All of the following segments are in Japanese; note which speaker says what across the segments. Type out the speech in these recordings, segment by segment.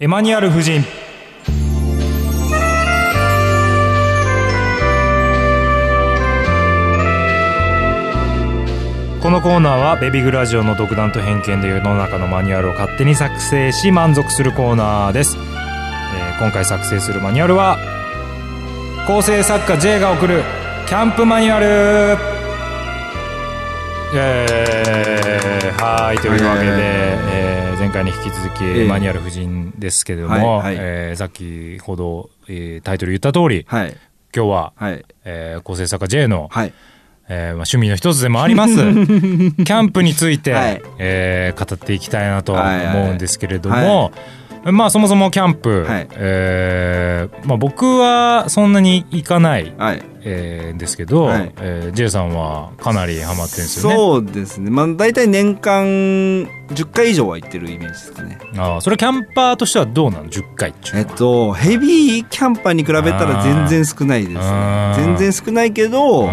Speaker 1: エマニュアル夫人このコーナーはベビグラジオの独断と偏見で世の中のマニュアルを勝手に作成し満足するコーナーです、えー今回作成するマニュアルは構成作家 J が送るキャンプマニュアルイエーイはいというわけで、
Speaker 2: イエーイ
Speaker 1: えー前回に引き続き、
Speaker 2: ええ
Speaker 1: マニュアル夫人ですけれども、
Speaker 2: はいはい
Speaker 1: えー先ほど、えータイトル言った通り、
Speaker 2: はい。
Speaker 1: 今日は、
Speaker 2: はい。
Speaker 1: えー構成作家 J の、
Speaker 2: はい。
Speaker 1: えーまあ、趣味の一つでもあり ますキャンプについて、
Speaker 2: はい
Speaker 1: えー語っていきたいなと思うんですけれども、
Speaker 2: はいは
Speaker 1: まあそもそもキャンプ、
Speaker 2: はい
Speaker 1: えーまあ、僕はそんなに行かない、
Speaker 2: はい。
Speaker 1: えーですけど、
Speaker 2: はい
Speaker 1: えー J さんはかなりハマってるんですよね。
Speaker 2: そうですね。まあ、大体年間10回以上は行ってるイメージですかね。
Speaker 1: あーそれキャンパーとしてはどうなの10回っていうの
Speaker 2: え
Speaker 1: は
Speaker 2: っと、ヘビーキャンパーに比べたら全然少ないです
Speaker 1: あ
Speaker 2: ね。
Speaker 1: ー
Speaker 2: 全然少ないけど、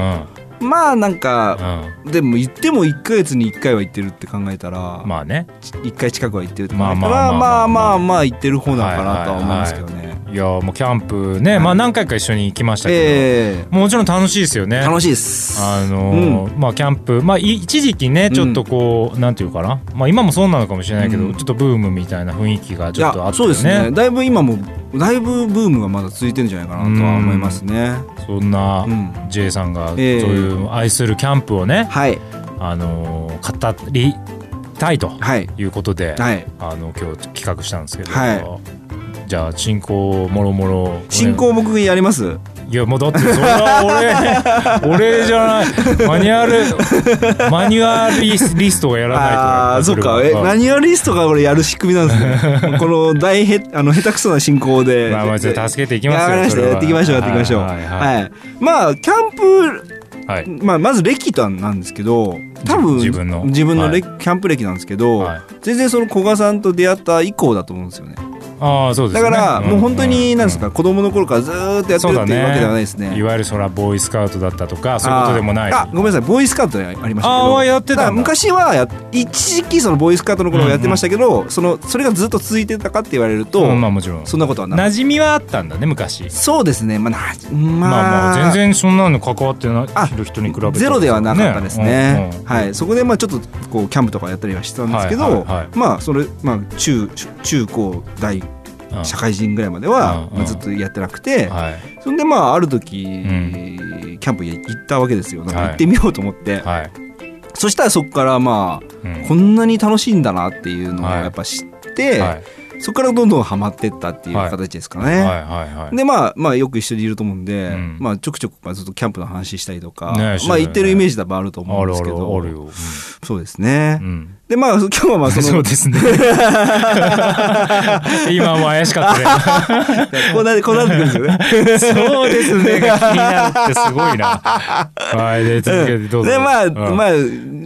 Speaker 2: まあなんか、
Speaker 1: うんうん
Speaker 2: でも行っても1ヶ月に1回は行ってるって考えたら、
Speaker 1: まあね
Speaker 2: 1回近くは行ってるって考えたら、
Speaker 1: ま
Speaker 2: ま
Speaker 1: あ
Speaker 2: あ
Speaker 1: まあま
Speaker 2: ま
Speaker 1: あまあ
Speaker 2: あまあ行ってる方なのかなとは思うんですけどね。
Speaker 1: いやもうキャンプね、
Speaker 2: はい
Speaker 1: まあ何回か一緒に行きましたけど、
Speaker 2: え
Speaker 1: もちろん楽しいですよね
Speaker 2: え楽しいです。
Speaker 1: あのーまあキャンプまあい一時期ねちょっとこう、なんていうかなまあ今もそうなのかもしれないけど、
Speaker 2: うん
Speaker 1: ちょっとブームみたいな雰囲気が
Speaker 2: い
Speaker 1: ちょ
Speaker 2: や
Speaker 1: っとあって
Speaker 2: そうですね
Speaker 1: ね
Speaker 2: だいぶ今もだいぶブームがまだ続いてるんじゃないかなとは思いますね
Speaker 1: そんな
Speaker 2: うん
Speaker 1: J さんがそう
Speaker 2: ええ
Speaker 1: いう愛するキャンプをね、
Speaker 2: はい
Speaker 1: あのー語りたいと
Speaker 2: はい
Speaker 1: いうことで、
Speaker 2: はい
Speaker 1: あの今日企画したんですけど、
Speaker 2: は
Speaker 1: じゃあ進行もろもろ
Speaker 2: 進行僕やります
Speaker 1: いやもうだってそれは俺俺じゃないマニュアルマニュアルリスリストをやらないと
Speaker 2: ああーそっか
Speaker 1: れ
Speaker 2: え
Speaker 1: は
Speaker 2: マニュアリストが俺やる仕組みなんです ねこの大へあの下手くそな進行で
Speaker 1: まあまあちょっと助けていきますよ
Speaker 2: わかりました
Speaker 1: それは
Speaker 2: やっていきましょうやっていきましょう
Speaker 1: はいはい
Speaker 2: はいまあキャンプ
Speaker 1: はい
Speaker 2: まあまず歴となんですけど多分
Speaker 1: 自分の
Speaker 2: 自分の
Speaker 1: はい
Speaker 2: 歴キャンプ歴なんですけど
Speaker 1: はい
Speaker 2: 全然その古賀さんと出会った以降だと思うんですよね
Speaker 1: ああそうです
Speaker 2: だ
Speaker 1: ね
Speaker 2: からもう本当に何です
Speaker 1: か
Speaker 2: か子供の頃からずーっとやって
Speaker 1: そう
Speaker 2: る
Speaker 1: だ
Speaker 2: っていうわけではないです
Speaker 1: ねい
Speaker 2: ね。
Speaker 1: わゆるそらボーイスカウトだったとかそういうことでもない
Speaker 2: あーあごめんなさいボーイスカウトやありましたけど
Speaker 1: あーやってたんだ
Speaker 2: だから昔はや一時期そのボーイスカウトの頃はやってましたけど、そのそれがずっと続いてたかって言われると、
Speaker 1: うんまあもちろん
Speaker 2: そんなことはない
Speaker 1: 馴染みはあったんだね昔
Speaker 2: そうですねまあなま
Speaker 1: ま
Speaker 2: あ、
Speaker 1: あまあ全然そんなの関わってない
Speaker 2: あ
Speaker 1: 人に比べたら
Speaker 2: ゼロではなかったですね
Speaker 1: うんうん
Speaker 2: はい、そこでまあちょっとこうキャンプとかやったりはしてたんですけど、
Speaker 1: はいはいはい
Speaker 2: まあそれ、まあ、中中高大
Speaker 1: うん
Speaker 2: 社会人ぐらいまでは、
Speaker 1: うん
Speaker 2: まあずっとやってなくて、
Speaker 1: はい
Speaker 2: そんでまあある時、
Speaker 1: ん
Speaker 2: キャンプへ行ったわけですよなんか
Speaker 1: はい
Speaker 2: 行ってみようと思って、
Speaker 1: はい
Speaker 2: そしたらそこからまあ
Speaker 1: うん
Speaker 2: こんなに楽しいんだなっていうのを
Speaker 1: はい
Speaker 2: やっぱ知って、
Speaker 1: はい
Speaker 2: そこからどんどんハマってったっていう形ですかね。
Speaker 1: はいはいはい
Speaker 2: でまあ、まあよく一緒にいると思うんで、
Speaker 1: うん
Speaker 2: まあ、ちょくちょくまあずっとキャンプの話したりとか、
Speaker 1: ねえして
Speaker 2: まあ
Speaker 1: るよね
Speaker 2: 行ってるイメージ多分あると思
Speaker 1: あ
Speaker 2: うんで
Speaker 1: る
Speaker 2: す
Speaker 1: あ
Speaker 2: け
Speaker 1: る
Speaker 2: ど
Speaker 1: あるよ、うん
Speaker 2: そうですね、
Speaker 1: うん
Speaker 2: でまあ今日は まあそ
Speaker 1: そう
Speaker 2: の
Speaker 1: ですね今も怪しかった ね
Speaker 2: こうなこうなってくるんですよね。
Speaker 1: そうですね。が気になるってすごいな。はい、で、続けてどうぞ。
Speaker 2: でまあ、
Speaker 1: うん
Speaker 2: まあ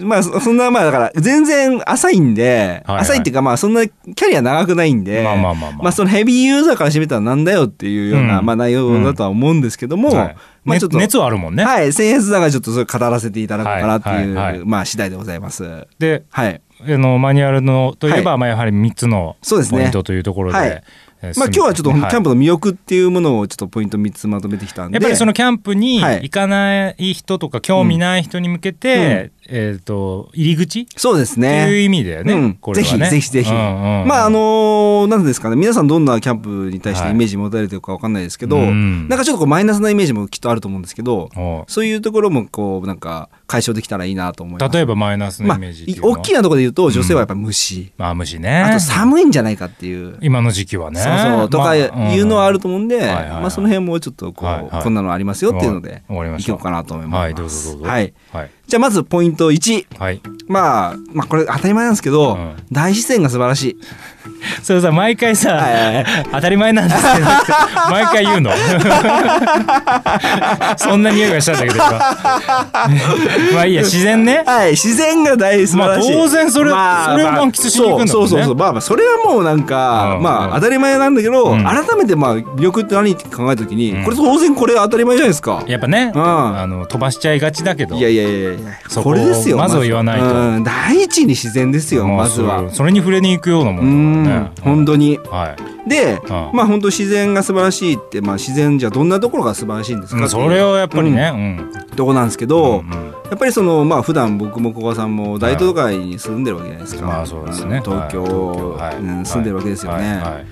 Speaker 2: まあそそんなまあだから全然浅いんで、
Speaker 1: はいはい
Speaker 2: 浅いっていうかまあそんなキャリア長くないんで、
Speaker 1: まあまあまあまあ
Speaker 2: まあそのヘビーユーザーからしてみたらなんだよっていうような、
Speaker 1: うん
Speaker 2: まあ内容だとは思うんですけども、
Speaker 1: はい
Speaker 2: まあ
Speaker 1: ね
Speaker 2: ちょっと、
Speaker 1: 熱はあるもんね。
Speaker 2: はい僭越ながらちょっとそれ語らせていただこうかなっていう、
Speaker 1: はいはいはい
Speaker 2: まあ次第でございます。は
Speaker 1: で、
Speaker 2: い。
Speaker 1: あのマニュアルのといえば、
Speaker 2: は
Speaker 1: まあやはり三つの
Speaker 2: そうですね
Speaker 1: ポイントというところで、
Speaker 2: はい
Speaker 1: えー
Speaker 2: まあ今日はちょっとほんとキャン
Speaker 1: プ
Speaker 2: プの魅力っていうものをちょっとポイント3つまとめてきたんで、
Speaker 1: やっぱりそのキャンプに
Speaker 2: はい
Speaker 1: 行かない人とか興味ない人に向けて、えっと入り口っ
Speaker 2: そうです
Speaker 1: て
Speaker 2: ね。
Speaker 1: いう意味だよね。
Speaker 2: うん
Speaker 1: これはね
Speaker 2: ぜひぜひぜひ
Speaker 1: うんうん
Speaker 2: まああのなんですかね皆さんどんなキャンプに対してイメージ持たれてるかわかんないですけど、
Speaker 1: うん
Speaker 2: なんかちょっとこうマイナスなイメージもきっとあると思うんですけど、
Speaker 1: お
Speaker 2: そういうところもこうなんか解消できたらいいなと思います。
Speaker 1: 例えばマイナスの
Speaker 2: ま
Speaker 1: イ
Speaker 2: あ
Speaker 1: メージっていうのは、
Speaker 2: 大きなところで言うと女性はやっぱ虫、
Speaker 1: まあ虫ね。
Speaker 2: あと寒いんじゃないかっていう。
Speaker 1: 今の時期はね。
Speaker 2: そうそうとかいうのはあると思うんで、
Speaker 1: はいはいはい
Speaker 2: まあその辺もちょっとこう、
Speaker 1: はいはい
Speaker 2: こんなのありますよっていうので、
Speaker 1: わかりま
Speaker 2: い
Speaker 1: し
Speaker 2: こ
Speaker 1: た
Speaker 2: うかなと思います。
Speaker 1: はいどうぞどうぞ
Speaker 2: はい。
Speaker 1: はい。
Speaker 2: じゃあまずポイント1。
Speaker 1: はい。
Speaker 2: まあ、まあこれ当たり前なんですけど、
Speaker 1: うん
Speaker 2: 大自然が素晴らしい。
Speaker 1: それさ、毎回さ、
Speaker 2: はいはいは
Speaker 1: 当たり前なんです けどって、毎回言うの。 そんな匂いがしたんだけど、今 まあいいや、自然ね。
Speaker 2: はい、自然が大素晴らしい。
Speaker 1: まあ当然それそれを満喫しに行くんだもんね
Speaker 2: そうそうそうそう。まあまあそれはもうなんか、
Speaker 1: うん
Speaker 2: まあ当たり前なんだけど、
Speaker 1: うん
Speaker 2: 改めてまあ魅力って何って考えた時に、
Speaker 1: うん
Speaker 2: これ当然これ当たり前じゃないですか。
Speaker 1: やっぱね、
Speaker 2: うん
Speaker 1: あの飛ばしちゃいがちだけど。
Speaker 2: いやいやいやいや
Speaker 1: そこ
Speaker 2: これですよ。
Speaker 1: まずは言わないと
Speaker 2: うん第一に自然ですよ。
Speaker 1: まあ
Speaker 2: まずは。
Speaker 1: そうそれに触れに行くようなも
Speaker 2: うん
Speaker 1: んだね、
Speaker 2: 本当に
Speaker 1: はい
Speaker 2: で、
Speaker 1: うん
Speaker 2: まあ本当自然が素晴らしいって、まあ、自然じゃどんなところが素晴らしいんです
Speaker 1: う
Speaker 2: か
Speaker 1: ん、それ
Speaker 2: を
Speaker 1: をやっぱりね、うん
Speaker 2: とこなんですけ
Speaker 1: うん
Speaker 2: ど、
Speaker 1: うん
Speaker 2: やっぱりそのまあ普段僕も古賀さんも大都会に住んでるわけじゃないですか、
Speaker 1: まあそうですね
Speaker 2: 東京、
Speaker 1: はい東京はい
Speaker 2: うん住んでるわけですよね、
Speaker 1: はいはい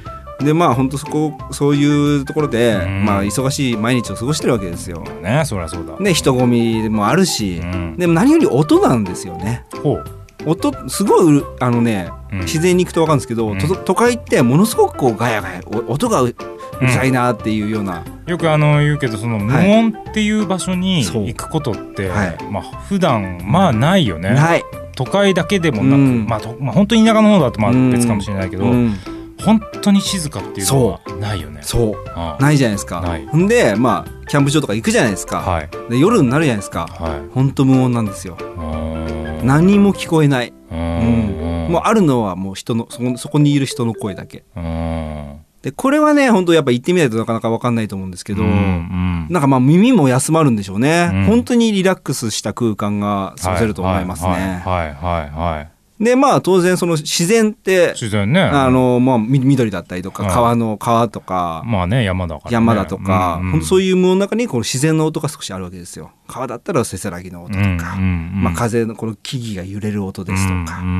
Speaker 2: でまあ本当そこそういうところで、
Speaker 1: うん
Speaker 2: まあ忙しい毎日を過ごしてるわけですよ
Speaker 1: ねそりゃそうだ、
Speaker 2: で人混みもあるし
Speaker 1: う、ん、
Speaker 2: でも何より音なんですよね
Speaker 1: ほう、
Speaker 2: 音すごいうるあのね
Speaker 1: うん
Speaker 2: 自然に行くと分かるんですけど、
Speaker 1: うん
Speaker 2: と都会ってものすごくこうガヤガヤお音がううるさいなっていうような、
Speaker 1: よくあの言うけどその無
Speaker 2: はい
Speaker 1: 音っていう場所に
Speaker 2: そう
Speaker 1: 行くことって、
Speaker 2: はい
Speaker 1: まあ普段まあないよね、
Speaker 2: ない、
Speaker 1: 都会だけでも
Speaker 2: う
Speaker 1: なく、
Speaker 2: ん
Speaker 1: まあとまあ本当に田舎の方だとまあ
Speaker 2: うん
Speaker 1: 別かもしれないけど、
Speaker 2: うん
Speaker 1: 本当に静かっていうのはないよね
Speaker 2: そう
Speaker 1: ああ
Speaker 2: ないじゃないですか
Speaker 1: ない
Speaker 2: んでまあキャンプ場とか行くじゃないですか、
Speaker 1: はい
Speaker 2: で夜になるじゃないですか
Speaker 1: はい
Speaker 2: ほんと無音なんですよ
Speaker 1: うーん
Speaker 2: 何も聞こえない、
Speaker 1: う
Speaker 2: う
Speaker 1: ーん
Speaker 2: もうあるのはもう人のそこそこにいる人の声だけ
Speaker 1: うーん
Speaker 2: でこれはね本当やっぱ行ってみないとなかなか分かんないと思うんですけど、
Speaker 1: うんうん
Speaker 2: なんかまあ耳も休まるんでしょうね、
Speaker 1: うん
Speaker 2: 本当にリラックスした空間が過ごせると思いますね、
Speaker 1: はいはいはいはい
Speaker 2: でまあ当然その自然って
Speaker 1: 自然ね
Speaker 2: あの、まあ、み緑だったりとか
Speaker 1: はい
Speaker 2: 川の川とか
Speaker 1: まあね山だからね、
Speaker 2: 山だとか、
Speaker 1: うん
Speaker 2: ほんとそう
Speaker 1: い
Speaker 2: いう無音の中にこの自然の音が少しあるわけですよ川だったらせせらぎの音とか、まあ、風のこの木々が揺れる音ですとか、
Speaker 1: うんう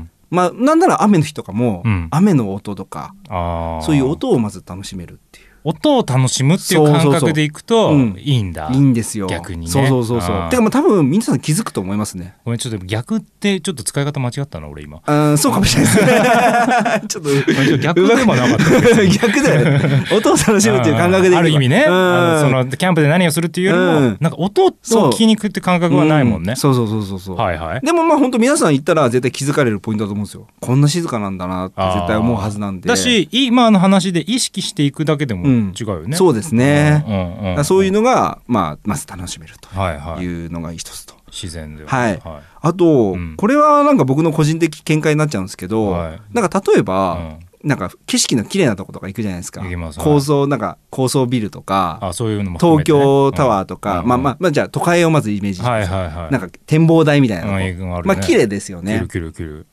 Speaker 1: ん
Speaker 2: まあなんなら雨の日とかも、
Speaker 1: うん
Speaker 2: 雨の音とか
Speaker 1: うん、あー
Speaker 2: そういう音をまず楽しめるっていう
Speaker 1: 音を楽しむっていう感覚でいくと
Speaker 2: そうそうそううん
Speaker 1: いいんだ
Speaker 2: いいんですよ
Speaker 1: 逆にね
Speaker 2: そうそうそうそ
Speaker 1: あ
Speaker 2: う
Speaker 1: ー
Speaker 2: てかまあ多分皆さん気づくと思いますね
Speaker 1: ごめんちょっと逆ってちょっと使い方間違ったな俺今
Speaker 2: うんそうかもしれないですね ちょっと
Speaker 1: 逆でもなかった
Speaker 2: 逆だよ ね音を楽しむっていう感覚で言えば
Speaker 1: ある意味ね、
Speaker 2: うん
Speaker 1: あのそのキャンプで何をするっていうよりも、
Speaker 2: うん
Speaker 1: なんか音を聞きに行くって感覚はないもんね
Speaker 2: う、そうそうそうそうそう、
Speaker 1: はいはい
Speaker 2: でもまあ本当皆さん行ったら絶対気づかれるポイントだと思うんですよこんな静かなんだなって絶対思うはずなんで
Speaker 1: だし今の話で意識していくだけでも
Speaker 2: うん
Speaker 1: 違うよね、
Speaker 2: そうですね、
Speaker 1: うんうんうん
Speaker 2: だからそういうのが、まあ、まず楽しめる
Speaker 1: はいは
Speaker 2: と
Speaker 1: い
Speaker 2: いうのが一つと、
Speaker 1: 自然で
Speaker 2: はい
Speaker 1: は
Speaker 2: あと、
Speaker 1: うん
Speaker 2: これはなんか僕の個人的見解になっちゃうんですけど、
Speaker 1: はい
Speaker 2: なんか例え
Speaker 1: い
Speaker 2: ば、
Speaker 1: うん
Speaker 2: なんか景色の綺麗なとことか行くじゃないですか
Speaker 1: 行きますはい
Speaker 2: 高層なんか高層ビルとか
Speaker 1: あそういうのも含め
Speaker 2: 東
Speaker 1: てね
Speaker 2: 京タワーとか、
Speaker 1: うん
Speaker 2: まあまあまあじゃあ都会をまずイメージしてく
Speaker 1: は
Speaker 2: だ
Speaker 1: い
Speaker 2: さい、
Speaker 1: はいはい
Speaker 2: なんか展望台みたいなの
Speaker 1: う
Speaker 2: も
Speaker 1: ん映画がある
Speaker 2: ま
Speaker 1: ね
Speaker 2: あ綺麗ですよ
Speaker 1: キ
Speaker 2: ね
Speaker 1: ルキルキル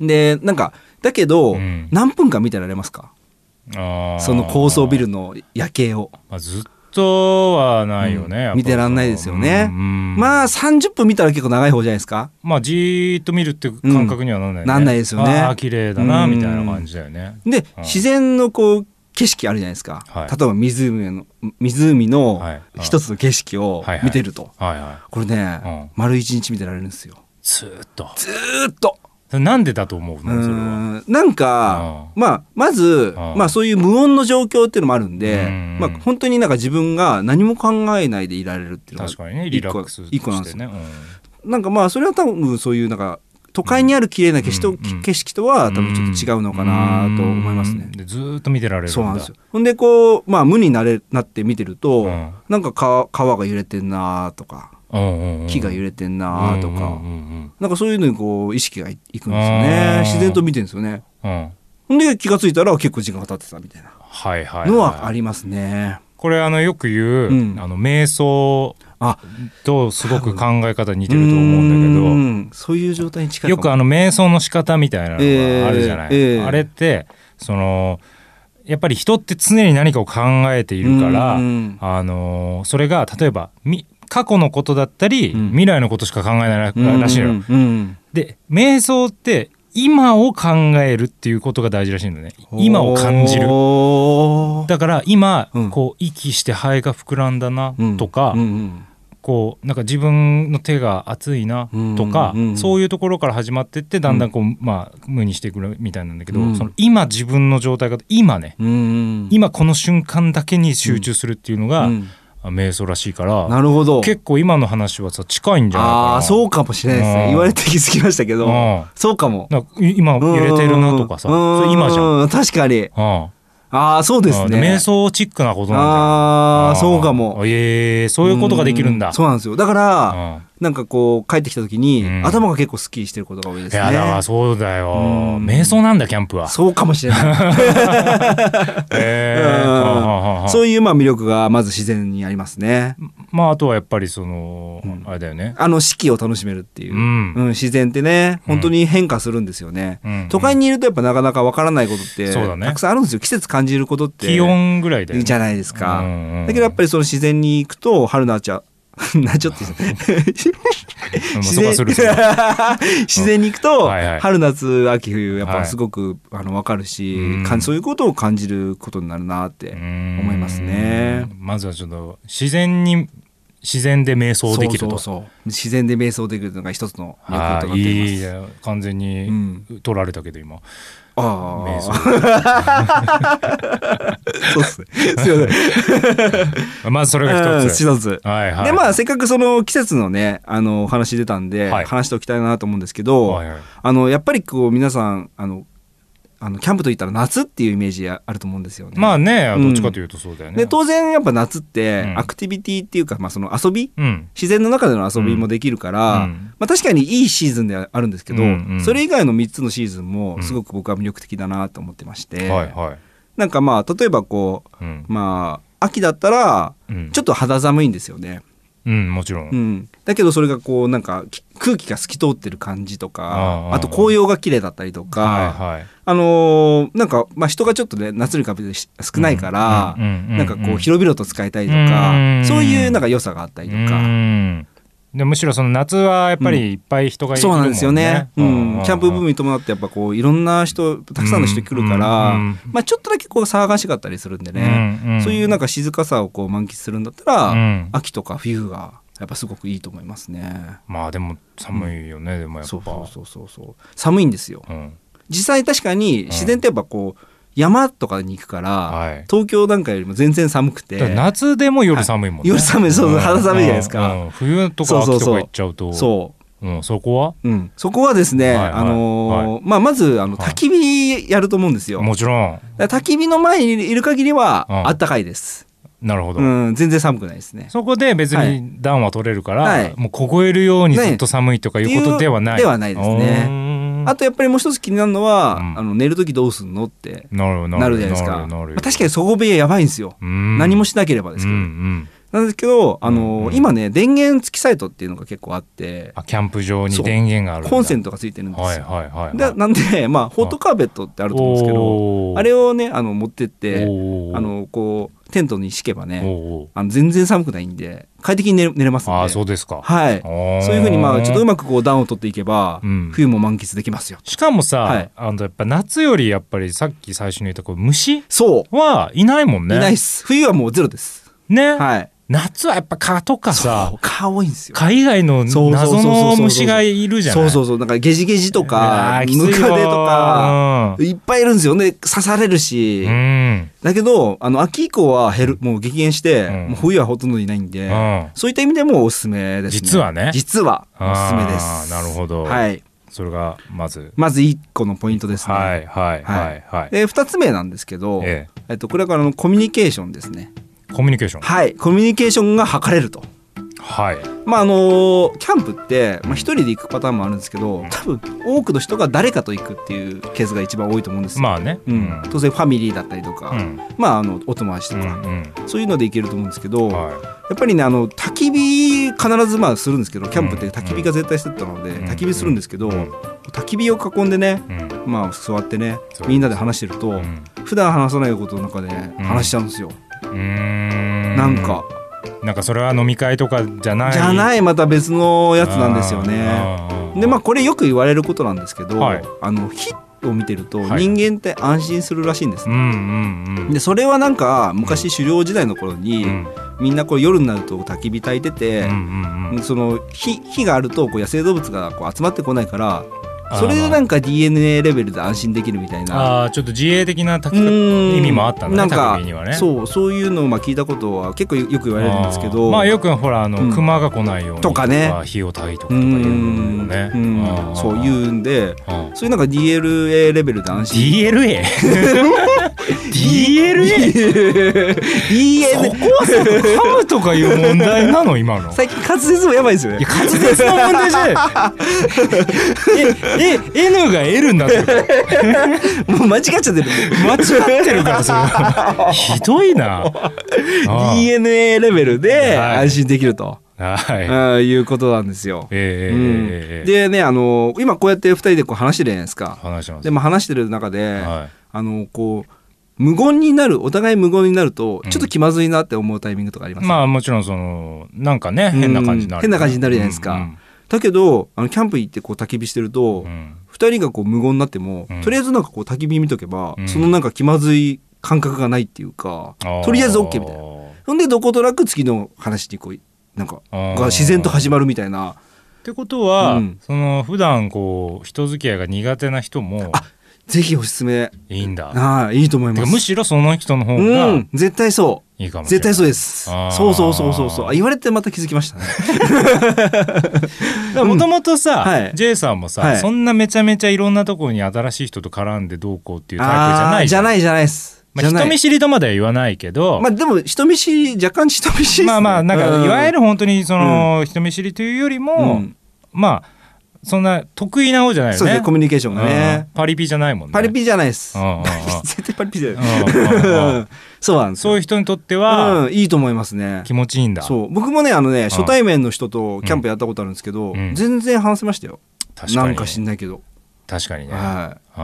Speaker 2: でなんかだけど、
Speaker 1: うん
Speaker 2: 何分間見てられますか
Speaker 1: あー
Speaker 2: その高層ビルの夜景を
Speaker 1: まあ、ずっとはないよね、
Speaker 2: うん
Speaker 1: やっぱ
Speaker 2: 見てらんないですよね
Speaker 1: うんうん
Speaker 2: まあ30分見たら結構長い方じゃないですか
Speaker 1: まあじーっと見るって感覚にはなんない、ね
Speaker 2: うんなんないですよね
Speaker 1: ああ綺麗だな
Speaker 2: うん
Speaker 1: みたいな感じだよね。
Speaker 2: で、
Speaker 1: うん
Speaker 2: 自然のこう景色あるじゃないですか、
Speaker 1: はい
Speaker 2: 例えば湖の湖
Speaker 1: はい
Speaker 2: の
Speaker 1: うん
Speaker 2: 一つの景色を
Speaker 1: はいはい
Speaker 2: 見てると、
Speaker 1: はいは
Speaker 2: これね、
Speaker 1: うん
Speaker 2: 丸一日見てられるんですよ
Speaker 1: い。ずーっと。
Speaker 2: ずーっと
Speaker 1: それなんでだと思う
Speaker 2: う
Speaker 1: のそれは。
Speaker 2: んなんか、まあ、まず、
Speaker 1: うん
Speaker 2: まあ、そういう無音の状況っていうのもあるんで、
Speaker 1: うん
Speaker 2: まあ、本当になんか自分が何も考えないでいられるっていうの
Speaker 1: 確
Speaker 2: が
Speaker 1: かにねリ
Speaker 2: 一
Speaker 1: ラ
Speaker 2: 個
Speaker 1: ックス
Speaker 2: 一個なん
Speaker 1: し
Speaker 2: です
Speaker 1: て
Speaker 2: よ
Speaker 1: ね。
Speaker 2: なんかまあそれは多分そういうなんか都会にある綺麗な景色と,、
Speaker 1: うんうん
Speaker 2: 景色とは多分ちょっと違うのかなと思います
Speaker 1: うん
Speaker 2: ね。
Speaker 1: でずーっと見てられるんだ。
Speaker 2: そうなんですよ。ほんでこうまあ無になれなって見てると、
Speaker 1: うん
Speaker 2: なんかか川が揺れてんなとか
Speaker 1: うんうんうん。
Speaker 2: 木が
Speaker 1: い
Speaker 2: 揺れてんなとか、
Speaker 1: うんうん
Speaker 2: なんかそういうのにこう意識がいいくんですよ
Speaker 1: あー
Speaker 2: ね自然と見てるんですよね。
Speaker 1: うんうん。うん
Speaker 2: ほんで気がついたら結構時間が経ってたみたいな
Speaker 1: はいはい、はい。
Speaker 2: のはありますね。
Speaker 1: これあのよく言う、
Speaker 2: うん
Speaker 1: あの瞑想
Speaker 2: あ
Speaker 1: とすごく考え方似てると思うんだけど。
Speaker 2: だけどそういう状態に近い
Speaker 1: よく
Speaker 2: あ
Speaker 1: あの瞑想の仕方みたいなのがあるじゃない、
Speaker 2: えーえー
Speaker 1: あれってそのやっぱり人って常に何かを考えているから、あのーそれが例えばみ過去のことだったり、
Speaker 2: うん
Speaker 1: 未来のことしか考えないららしいのよ、
Speaker 2: うんうん
Speaker 1: で瞑想って今を考えるっていうことが大事らしいんだね
Speaker 2: うん
Speaker 1: 今を感じる
Speaker 2: おー
Speaker 1: だから今、
Speaker 2: うん
Speaker 1: こう息して肺が膨らんだなとか、
Speaker 2: うんうん
Speaker 1: こうなんか自分の手が熱いな
Speaker 2: うん
Speaker 1: とか、
Speaker 2: うん
Speaker 1: そういうところから始まってってだんだんこう、まあ、無にしていくみたいなんだけど、
Speaker 2: うん
Speaker 1: その今自分の状態が今ね
Speaker 2: うんうん、
Speaker 1: 今この瞬間だけに集中するっていうのが、
Speaker 2: うん
Speaker 1: 瞑想らしいから
Speaker 2: なるほど
Speaker 1: 結構今の話はさ近いんじゃないかな。
Speaker 2: ああそうかもしれないです
Speaker 1: う
Speaker 2: ね
Speaker 1: ん
Speaker 2: 言われて気づきましたけど
Speaker 1: うん
Speaker 2: そうかも
Speaker 1: なんかい今揺れてるなとかさ
Speaker 2: うん
Speaker 1: それ今じゃん。
Speaker 2: うん確かに
Speaker 1: うん
Speaker 2: ああそうです
Speaker 1: うん
Speaker 2: ね
Speaker 1: 瞑想チックなことなんだよ
Speaker 2: ああそうかも
Speaker 1: ええそういうことができるんだ。
Speaker 2: うそうなんですよだから
Speaker 1: う
Speaker 2: なんかこう帰ってきた時に、
Speaker 1: うん
Speaker 2: 頭が結構スッキリしてることが多いです
Speaker 1: いやだから
Speaker 2: ね。
Speaker 1: そうだよ、
Speaker 2: うん
Speaker 1: 瞑想なんだキャンプは
Speaker 2: そうかもしれ ない。
Speaker 1: へー
Speaker 2: うん
Speaker 1: はあはあはあ
Speaker 2: そういうまあ魅力がまず自然にありますね。
Speaker 1: まああとはやっぱりその、
Speaker 2: うん
Speaker 1: あれだよね
Speaker 2: あの四季を楽しめるっていうう。
Speaker 1: ん、
Speaker 2: うん、自然ってね、本当に変化するんですよね。
Speaker 1: うん
Speaker 2: 都会にいるとやっぱなかなかわからないことって、
Speaker 1: そうだね
Speaker 2: たくさんあるんですよ。季節感じることって。
Speaker 1: 気温ぐらいだよね
Speaker 2: じゃ
Speaker 1: ない
Speaker 2: ないですか。
Speaker 1: うんうん
Speaker 2: だけどやっぱりその自然に行くと、春菜ちゃん、 なちょっと自
Speaker 1: そこ
Speaker 2: 然
Speaker 1: はす るする
Speaker 2: 自然に行くと、
Speaker 1: はいはい
Speaker 2: 春夏秋冬やっ
Speaker 1: は
Speaker 2: ぱ
Speaker 1: い
Speaker 2: すごく、あの分かるし、
Speaker 1: うん
Speaker 2: かんそういうことを感じることになるなって思
Speaker 1: 思
Speaker 2: いますね。
Speaker 1: まずはちょっと自然に自然で瞑想できる
Speaker 2: そ
Speaker 1: と
Speaker 2: うそうそう自然で瞑想できるのが一つの魅力
Speaker 1: あ
Speaker 2: となってい
Speaker 1: あ
Speaker 2: ます。
Speaker 1: いいね完全
Speaker 2: う
Speaker 1: に
Speaker 2: ん、
Speaker 1: 取られたけど今、
Speaker 2: あ
Speaker 1: 瞑
Speaker 2: あ そ
Speaker 1: 想
Speaker 2: うっすね。す いま
Speaker 1: まずそれ
Speaker 2: せん
Speaker 1: が
Speaker 2: うん。
Speaker 1: 一つ、
Speaker 2: 一つ。
Speaker 1: はいはい
Speaker 2: でまあせっかくその季節のねあのお話出たんで、
Speaker 1: はい
Speaker 2: 話しておきたいなと思うんですけど、
Speaker 1: はいはい
Speaker 2: あのやっぱりこう皆さんあのあのキャンプといったら夏っていうイメージあると思うんですよね。
Speaker 1: まあね
Speaker 2: うん
Speaker 1: どっちかというとそうだよね、
Speaker 2: で当然やっぱ夏って
Speaker 1: うん
Speaker 2: アクティビティっていうか、まあ、その遊び
Speaker 1: うん
Speaker 2: 自然の中での遊びもできるから、
Speaker 1: うん
Speaker 2: まあ、確かにいいシーズンではあるんですけど、
Speaker 1: うんうん
Speaker 2: それ以外の3つのシーズンも
Speaker 1: ん
Speaker 2: すごく僕は魅力的だなと思ってまして、
Speaker 1: はいはい、
Speaker 2: なんかまあ例えばこう、
Speaker 1: うん
Speaker 2: まあ、秋だったら
Speaker 1: うん
Speaker 2: ちょっと肌寒いんですよね。
Speaker 1: うんもちろん、
Speaker 2: うん、だけどそれがこうなんかき空気が透き通ってる感じとかあ
Speaker 1: あー
Speaker 2: と紅葉が綺麗だったりとか、
Speaker 1: はいはい
Speaker 2: あのーなんか、まあ、人がちょっとね夏に比べてし少ないから、
Speaker 1: うんうんうん
Speaker 2: なんかこう広々と使えたりと
Speaker 1: うんう
Speaker 2: か
Speaker 1: ん
Speaker 2: そういうなんか良さがあったりと
Speaker 1: う
Speaker 2: か。
Speaker 1: んでむしろその夏はやっぱりいっぱい人がいる
Speaker 2: そう
Speaker 1: もん、ね
Speaker 2: なんですよね、う、
Speaker 1: うんん
Speaker 2: キャンプブームに伴ってやっぱこういろんな人たくさんの人来るから、
Speaker 1: うんうん
Speaker 2: まあ、ちょっとだけこう騒がしかったりするんでね、
Speaker 1: うんうん
Speaker 2: そういうなんか静かさをこう満喫するんだったら、
Speaker 1: うん
Speaker 2: 秋とか冬がやっぱすごくいいと思いますね。
Speaker 1: まあでも寒いよね、でもやっぱ
Speaker 2: そうそうそうそうそう寒いんですよ
Speaker 1: うん
Speaker 2: 実際確かに自然ってやっぱこう山とかに行くから、
Speaker 1: はい
Speaker 2: 東京なんかよりも全然寒くて
Speaker 1: だから夏でも夜寒いもんね、
Speaker 2: 夜寒いそうそう肌寒いじゃないですか
Speaker 1: うんうん冬とか
Speaker 2: そうそ
Speaker 1: 秋
Speaker 2: う
Speaker 1: とか
Speaker 2: そう
Speaker 1: 行っちゃうとう
Speaker 2: そ
Speaker 1: ん、そこ
Speaker 2: う、うん、そこはですね、
Speaker 1: はいはい
Speaker 2: あのー
Speaker 1: は
Speaker 2: まあ、まずあの
Speaker 1: はい
Speaker 2: 焚き火やると思うんですよ、
Speaker 1: はもちろん
Speaker 2: だから焚き火の前にいる限りは
Speaker 1: うん
Speaker 2: あったかいです、
Speaker 1: なるほど、
Speaker 2: うん、全然寒くないですね
Speaker 1: そこで別
Speaker 2: は
Speaker 1: に暖は取れるから、
Speaker 2: はい
Speaker 1: もう凍えるようにずっと寒いとかいうことではない、
Speaker 2: ねではないですね
Speaker 1: ね
Speaker 2: あとやっぱりもう一つ気になるのは、
Speaker 1: うん
Speaker 2: あの寝る時どうすんのって
Speaker 1: なる
Speaker 2: なるじゃないですか、
Speaker 1: なるな
Speaker 2: ま
Speaker 1: る
Speaker 2: あ確かに底冷えやばいんですよ、
Speaker 1: うん
Speaker 2: 何もしなければですけ
Speaker 1: う
Speaker 2: ど、
Speaker 1: んうん
Speaker 2: なんですけど、あの
Speaker 1: うんうん
Speaker 2: 今ね、電源付きサイトっていうのが結構あって、
Speaker 1: あキャンプ場に
Speaker 2: そう
Speaker 1: 電源があるんだ
Speaker 2: コンセントが付いてるんですよ。
Speaker 1: はいはいはいはい
Speaker 2: でなんで、まあ、ホットカーペットってあると思うんですけど、
Speaker 1: おー
Speaker 2: あれをね、あの持ってって、
Speaker 1: おー
Speaker 2: あのこうテントに敷けばね、
Speaker 1: おー
Speaker 2: あの全然寒くないんで、快適に寝れ寝れますんで、
Speaker 1: ああそうですか
Speaker 2: はい、そういうふうに、まあ、ちょっとう
Speaker 1: ま
Speaker 2: まくこう暖を取っていけば、
Speaker 1: うん
Speaker 2: 冬も満喫できますよ。
Speaker 1: しかもさ、
Speaker 2: はい
Speaker 1: あのやっぱ夏よりやっぱりさっき最初に言ったこう虫
Speaker 2: そ
Speaker 1: はいないもん
Speaker 2: う、
Speaker 1: ね
Speaker 2: いないっす。冬はもうゼロです。
Speaker 1: ね、
Speaker 2: はい。
Speaker 1: 夏はやっぱ蚊とかさ
Speaker 2: そう蚊多いんですよ。
Speaker 1: 海外の
Speaker 2: そうそうそうそ
Speaker 1: 謎
Speaker 2: う
Speaker 1: の虫がいるじゃない
Speaker 2: そうそううそう、なんかゲジゲジとか
Speaker 1: あ、ーきついよ
Speaker 2: ムカデとか、
Speaker 1: うん
Speaker 2: いっぱいいるんですよね。刺されるし。
Speaker 1: うん
Speaker 2: だけど、あの、秋以降は減る、もう激減して、
Speaker 1: うん
Speaker 2: もう冬はほとんどいないんで、
Speaker 1: うん
Speaker 2: そういった意味でもおすすめですね。
Speaker 1: 実はね
Speaker 2: 実は、おすすめで
Speaker 1: あ
Speaker 2: す。
Speaker 1: ーなるほど
Speaker 2: はい。
Speaker 1: それがまず、
Speaker 2: まず一個のポイントですね。
Speaker 1: はいはいはいはい、
Speaker 2: で、二つ目なんですけど、え
Speaker 1: え
Speaker 2: っと、これはあの、コミュニケーションですね。
Speaker 1: え、コミュニケーション
Speaker 2: はい。コミュニケーションが図れると。
Speaker 1: はい
Speaker 2: まあ、あのキャンプって、まあ、一人で行くパターンもあるんですけど、多分、多くの人が誰かと行くっていうケースが一番多いと思うんですよ。
Speaker 1: まあね
Speaker 2: うん、当然ファミリーだったりとか、
Speaker 1: うん
Speaker 2: まあ、あのお友達
Speaker 1: う
Speaker 2: と
Speaker 1: ん
Speaker 2: か、
Speaker 1: うん
Speaker 2: そういうのでいけると思うんですけど、
Speaker 1: うん
Speaker 2: や
Speaker 1: は
Speaker 2: っぱりねあの焚き火必ずまあするんですけどキャンプって焚き火が絶対してたので、
Speaker 1: ん
Speaker 2: 焚き火するんですけど、
Speaker 1: うん
Speaker 2: 焚き火を囲んでね、
Speaker 1: い、うん
Speaker 2: まあ、座ってね
Speaker 1: そう
Speaker 2: みんなで話してると、
Speaker 1: うん
Speaker 2: 普段話さないことの中で話しちゃうんですよ、
Speaker 1: うーん
Speaker 2: なんか、
Speaker 1: なんかそれは飲み会とかじゃない
Speaker 2: じゃ
Speaker 1: い
Speaker 2: ないまた別のやつなんですよね。
Speaker 1: ね
Speaker 2: でまあこれよく言われることなんですけど、
Speaker 1: はい
Speaker 2: あの火を見てると
Speaker 1: はい
Speaker 2: 人間って安心するらしいんですね
Speaker 1: うんうんうん
Speaker 2: でそれはなんか昔狩猟時代の頃に、
Speaker 1: うん
Speaker 2: みんなこう夜になると焚き火焚いてて
Speaker 1: うん、うんうん
Speaker 2: その火火があるとこう野生動物がこう集まってこないから
Speaker 1: あー
Speaker 2: それでなんか DNA レベルで安心できるみたいな。
Speaker 1: ああちょっと自衛的な炊
Speaker 2: う
Speaker 1: き
Speaker 2: ーん
Speaker 1: 意味もあったんだね
Speaker 2: なんか
Speaker 1: 焚き火にはね
Speaker 2: そうそういうのをまあ聞いたことは結構よく言われるんですけど
Speaker 1: あーまあよくほらあの、
Speaker 2: うん
Speaker 1: 熊が来ないように
Speaker 2: とかね
Speaker 1: 火を焚いと
Speaker 2: う
Speaker 1: くと
Speaker 2: ー
Speaker 1: か言うんよね
Speaker 2: うんそうい
Speaker 1: うん
Speaker 2: うんで
Speaker 1: あー
Speaker 2: そういうなんか DLA レベルで安心
Speaker 1: DLA こ
Speaker 2: DL?
Speaker 1: こはさ噛むとかいう問題なの 今の
Speaker 2: 最近滑舌もやばいですよ
Speaker 1: い
Speaker 2: ね
Speaker 1: や滑舌の問題じゃないええ N が L になって るから
Speaker 2: もう間違っちゃってる
Speaker 1: 間違ってるからそれ はひどいなああ
Speaker 2: DNA レベルで
Speaker 1: はい
Speaker 2: 安心できると、
Speaker 1: はい
Speaker 2: い、いうことなんですよ
Speaker 1: えええ、え
Speaker 2: うん
Speaker 1: えええ
Speaker 2: で
Speaker 1: え
Speaker 2: ねあの今こうやって二人でこう話してるじゃないですか
Speaker 1: 話します
Speaker 2: でも話してる中で、
Speaker 1: は
Speaker 2: あのこう無言になるお互い無言になると
Speaker 1: うん
Speaker 2: ちょっと気まずいなって思うタイミングとかありま
Speaker 1: い
Speaker 2: す、
Speaker 1: まあもちろんそのなんかね変な感じにな
Speaker 2: うん
Speaker 1: る
Speaker 2: 変な感じになるじゃないですか
Speaker 1: うん
Speaker 2: だけどあのキャンプ行ってこう焚き火してると、
Speaker 1: うんうん
Speaker 2: 二人がこう無言になっても、
Speaker 1: うん
Speaker 2: とりあえずなんかこう焚き火見とけば、
Speaker 1: うん
Speaker 2: そのなんか気まずい感覚がないっていうか、とりあえず OK みたいなほんでどことなく次の話にこうなんか
Speaker 1: あー
Speaker 2: が自然と始まるみたいな
Speaker 1: ってことは、
Speaker 2: うん
Speaker 1: その普段こう人付き合いが苦手な人も
Speaker 2: ぜひおすすめ
Speaker 1: いいんだ
Speaker 2: はいいいと思い
Speaker 1: て
Speaker 2: ま
Speaker 1: か
Speaker 2: す
Speaker 1: むしろその人の方
Speaker 2: う
Speaker 1: が
Speaker 2: ん絶対そ
Speaker 1: いいか
Speaker 2: う
Speaker 1: もしれ
Speaker 2: 絶
Speaker 1: ない、
Speaker 2: 対そうです
Speaker 1: あー
Speaker 2: そうそうそうそうそうあ言われてまた気づきましたね
Speaker 1: もともとさ、
Speaker 2: はい
Speaker 1: J さんもさ、
Speaker 2: はい
Speaker 1: そんなめちゃめちゃいろんなところに新しい人と絡んでどうこうっていうタイプじゃ
Speaker 2: あ
Speaker 1: な
Speaker 2: ー
Speaker 1: い、
Speaker 2: じゃないいじゃないです
Speaker 1: ま
Speaker 2: じ
Speaker 1: あ、
Speaker 2: ゃない
Speaker 1: 人見知りとまでは言わないけど、
Speaker 2: まあでも人見知り若干人見知りですね
Speaker 1: まあまあなんかいわ
Speaker 2: る
Speaker 1: ゆる本当にその人見知りというよりも、まあそんな得意な方じゃないよね
Speaker 2: そうですねコミュニケーションがね
Speaker 1: うんパリピじゃないもんね
Speaker 2: パリピじゃないです
Speaker 1: うんうんうん
Speaker 2: 絶対パリピじゃ
Speaker 1: う
Speaker 2: ない
Speaker 1: んうんうん
Speaker 2: うんそうなんですよ
Speaker 1: そういう人にとっては
Speaker 2: うんいいと思いますね
Speaker 1: 気持ちいいんだ、
Speaker 2: そう僕もねあのね初対面の人とキャンプやったことあるんですけど、
Speaker 1: うん
Speaker 2: 全然話せましたよ
Speaker 1: 確か
Speaker 2: な
Speaker 1: に
Speaker 2: んかしんないけど、
Speaker 1: 確かにね、
Speaker 2: は
Speaker 1: あ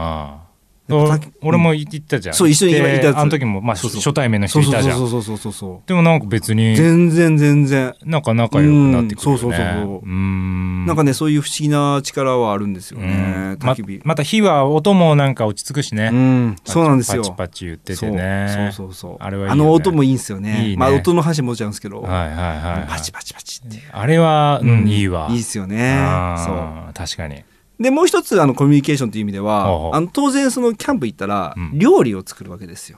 Speaker 1: あ
Speaker 2: やっぱ
Speaker 1: 俺
Speaker 2: た
Speaker 1: 俺も行ったじゃん、
Speaker 2: そう一緒に行きま
Speaker 1: で
Speaker 2: 行ったやつ
Speaker 1: あの時も、まあ、
Speaker 2: そうそう
Speaker 1: 初対面の
Speaker 2: い
Speaker 1: 人
Speaker 2: そう
Speaker 1: い
Speaker 2: そ
Speaker 1: た
Speaker 2: う
Speaker 1: じゃん
Speaker 2: そうそうそうそうそ
Speaker 1: でもなんか別
Speaker 2: う
Speaker 1: に
Speaker 2: 全然全然
Speaker 1: なんか仲良くなってくるよね
Speaker 2: うんそうそうそうそう
Speaker 1: うーん
Speaker 2: なんかねそういう不思議な力はあるんですよ
Speaker 1: うん
Speaker 2: ね焚き火
Speaker 1: ままた火は音もなんか落ち着くしね、
Speaker 2: うんそうなんですよ
Speaker 1: パチパチ言っててね
Speaker 2: そうそうそうそう
Speaker 1: あれはいいよね
Speaker 2: あの音もいいんですよね
Speaker 1: いいね
Speaker 2: まあ音の話もちゃうんですけど、
Speaker 1: はいはいはい、はい、
Speaker 2: パチパチパチっていう、
Speaker 1: あれは、うんいいわ
Speaker 2: いいですよねそう
Speaker 1: あー確かに
Speaker 2: でもう一つあのコミュニケーションという意味では
Speaker 1: ほうほう
Speaker 2: あの当然そのキャンプ行ったら
Speaker 1: うん
Speaker 2: 料理を作るわけですよ、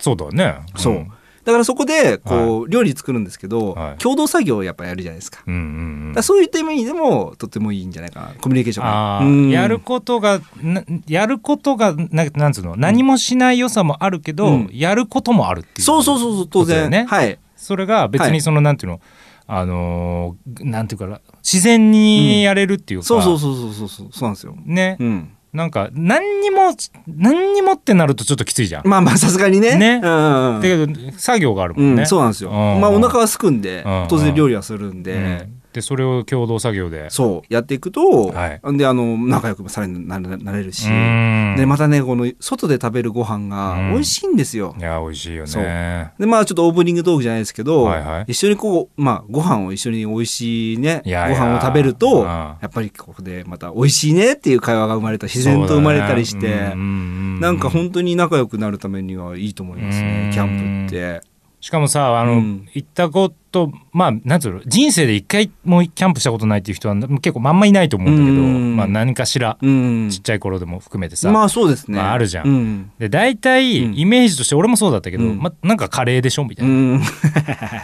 Speaker 1: そうだね
Speaker 2: そう
Speaker 1: うん
Speaker 2: だからそこでこう料理作るんですけど、
Speaker 1: はい
Speaker 2: 共同作業をやっぱやるじゃないですか,、
Speaker 1: うんうんうん
Speaker 2: そういった意味でもとてもいいんじゃないかなコミュニケーションが
Speaker 1: あー
Speaker 2: うん
Speaker 1: やることがなやることがななんつうの何もしない良さもあるけど、
Speaker 2: うん
Speaker 1: やることもあるっていう
Speaker 2: そうそうそうそう当
Speaker 1: ことだよ
Speaker 2: 然、
Speaker 1: ね
Speaker 2: はい
Speaker 1: それが別
Speaker 2: は
Speaker 1: に
Speaker 2: い
Speaker 1: その、なんていうのあのーなんていうかな自然にやれるっていうか、
Speaker 2: そうそうそうそうそうそうそうなんですよ、
Speaker 1: ね、
Speaker 2: うん、
Speaker 1: なんか何にも何にもってなるとちょっときついじゃん、
Speaker 2: まあまあさすがにね
Speaker 1: ね
Speaker 2: うんうんうん
Speaker 1: だけど作業があるも
Speaker 2: うんん
Speaker 1: ね、
Speaker 2: そうなんですよ、
Speaker 1: うんうん
Speaker 2: まあお腹は空くんで、
Speaker 1: うんうん
Speaker 2: 当然料理はするんで、
Speaker 1: うんでそれを共同作業で
Speaker 2: そうやっていくと、
Speaker 1: はい
Speaker 2: んであの仲良くもさらになななれるし、
Speaker 1: ん
Speaker 2: でまたねこの外で食べるご飯
Speaker 1: うん
Speaker 2: が美味しいんですよ、
Speaker 1: いや美味しいよ
Speaker 2: そう
Speaker 1: ね
Speaker 2: でまあちょっとオープニングトークじゃないですけど、
Speaker 1: はいはい
Speaker 2: 一緒にこうまあご飯を一緒に美味しいね
Speaker 1: いやいや
Speaker 2: ご飯を食べると、
Speaker 1: うん
Speaker 2: やっぱりここでまた美味しいねっていう会話が生まれた自然と生まれたりし
Speaker 1: そう
Speaker 2: て、
Speaker 1: だねうんうん
Speaker 2: なんか本当に仲良くなるためにはいいと思いますね、
Speaker 1: うん
Speaker 2: キャンプって。
Speaker 1: しかもさあの、
Speaker 2: うん
Speaker 1: 行ったことまあなんつうの人生で一回もキャンプしたことないっていう人は結構まんまいないと思うんだけど、
Speaker 2: うん
Speaker 1: まあ、何かしら
Speaker 2: うん
Speaker 1: ちっちゃい頃でも含めてさ、
Speaker 2: まあそうですね。
Speaker 1: まああるじゃん
Speaker 2: うん
Speaker 1: で大体
Speaker 2: うん
Speaker 1: イメージとして俺もそうだったけど、
Speaker 2: うん
Speaker 1: まあ、なんかカレーでしょみた
Speaker 2: う
Speaker 1: い
Speaker 2: ん、
Speaker 1: な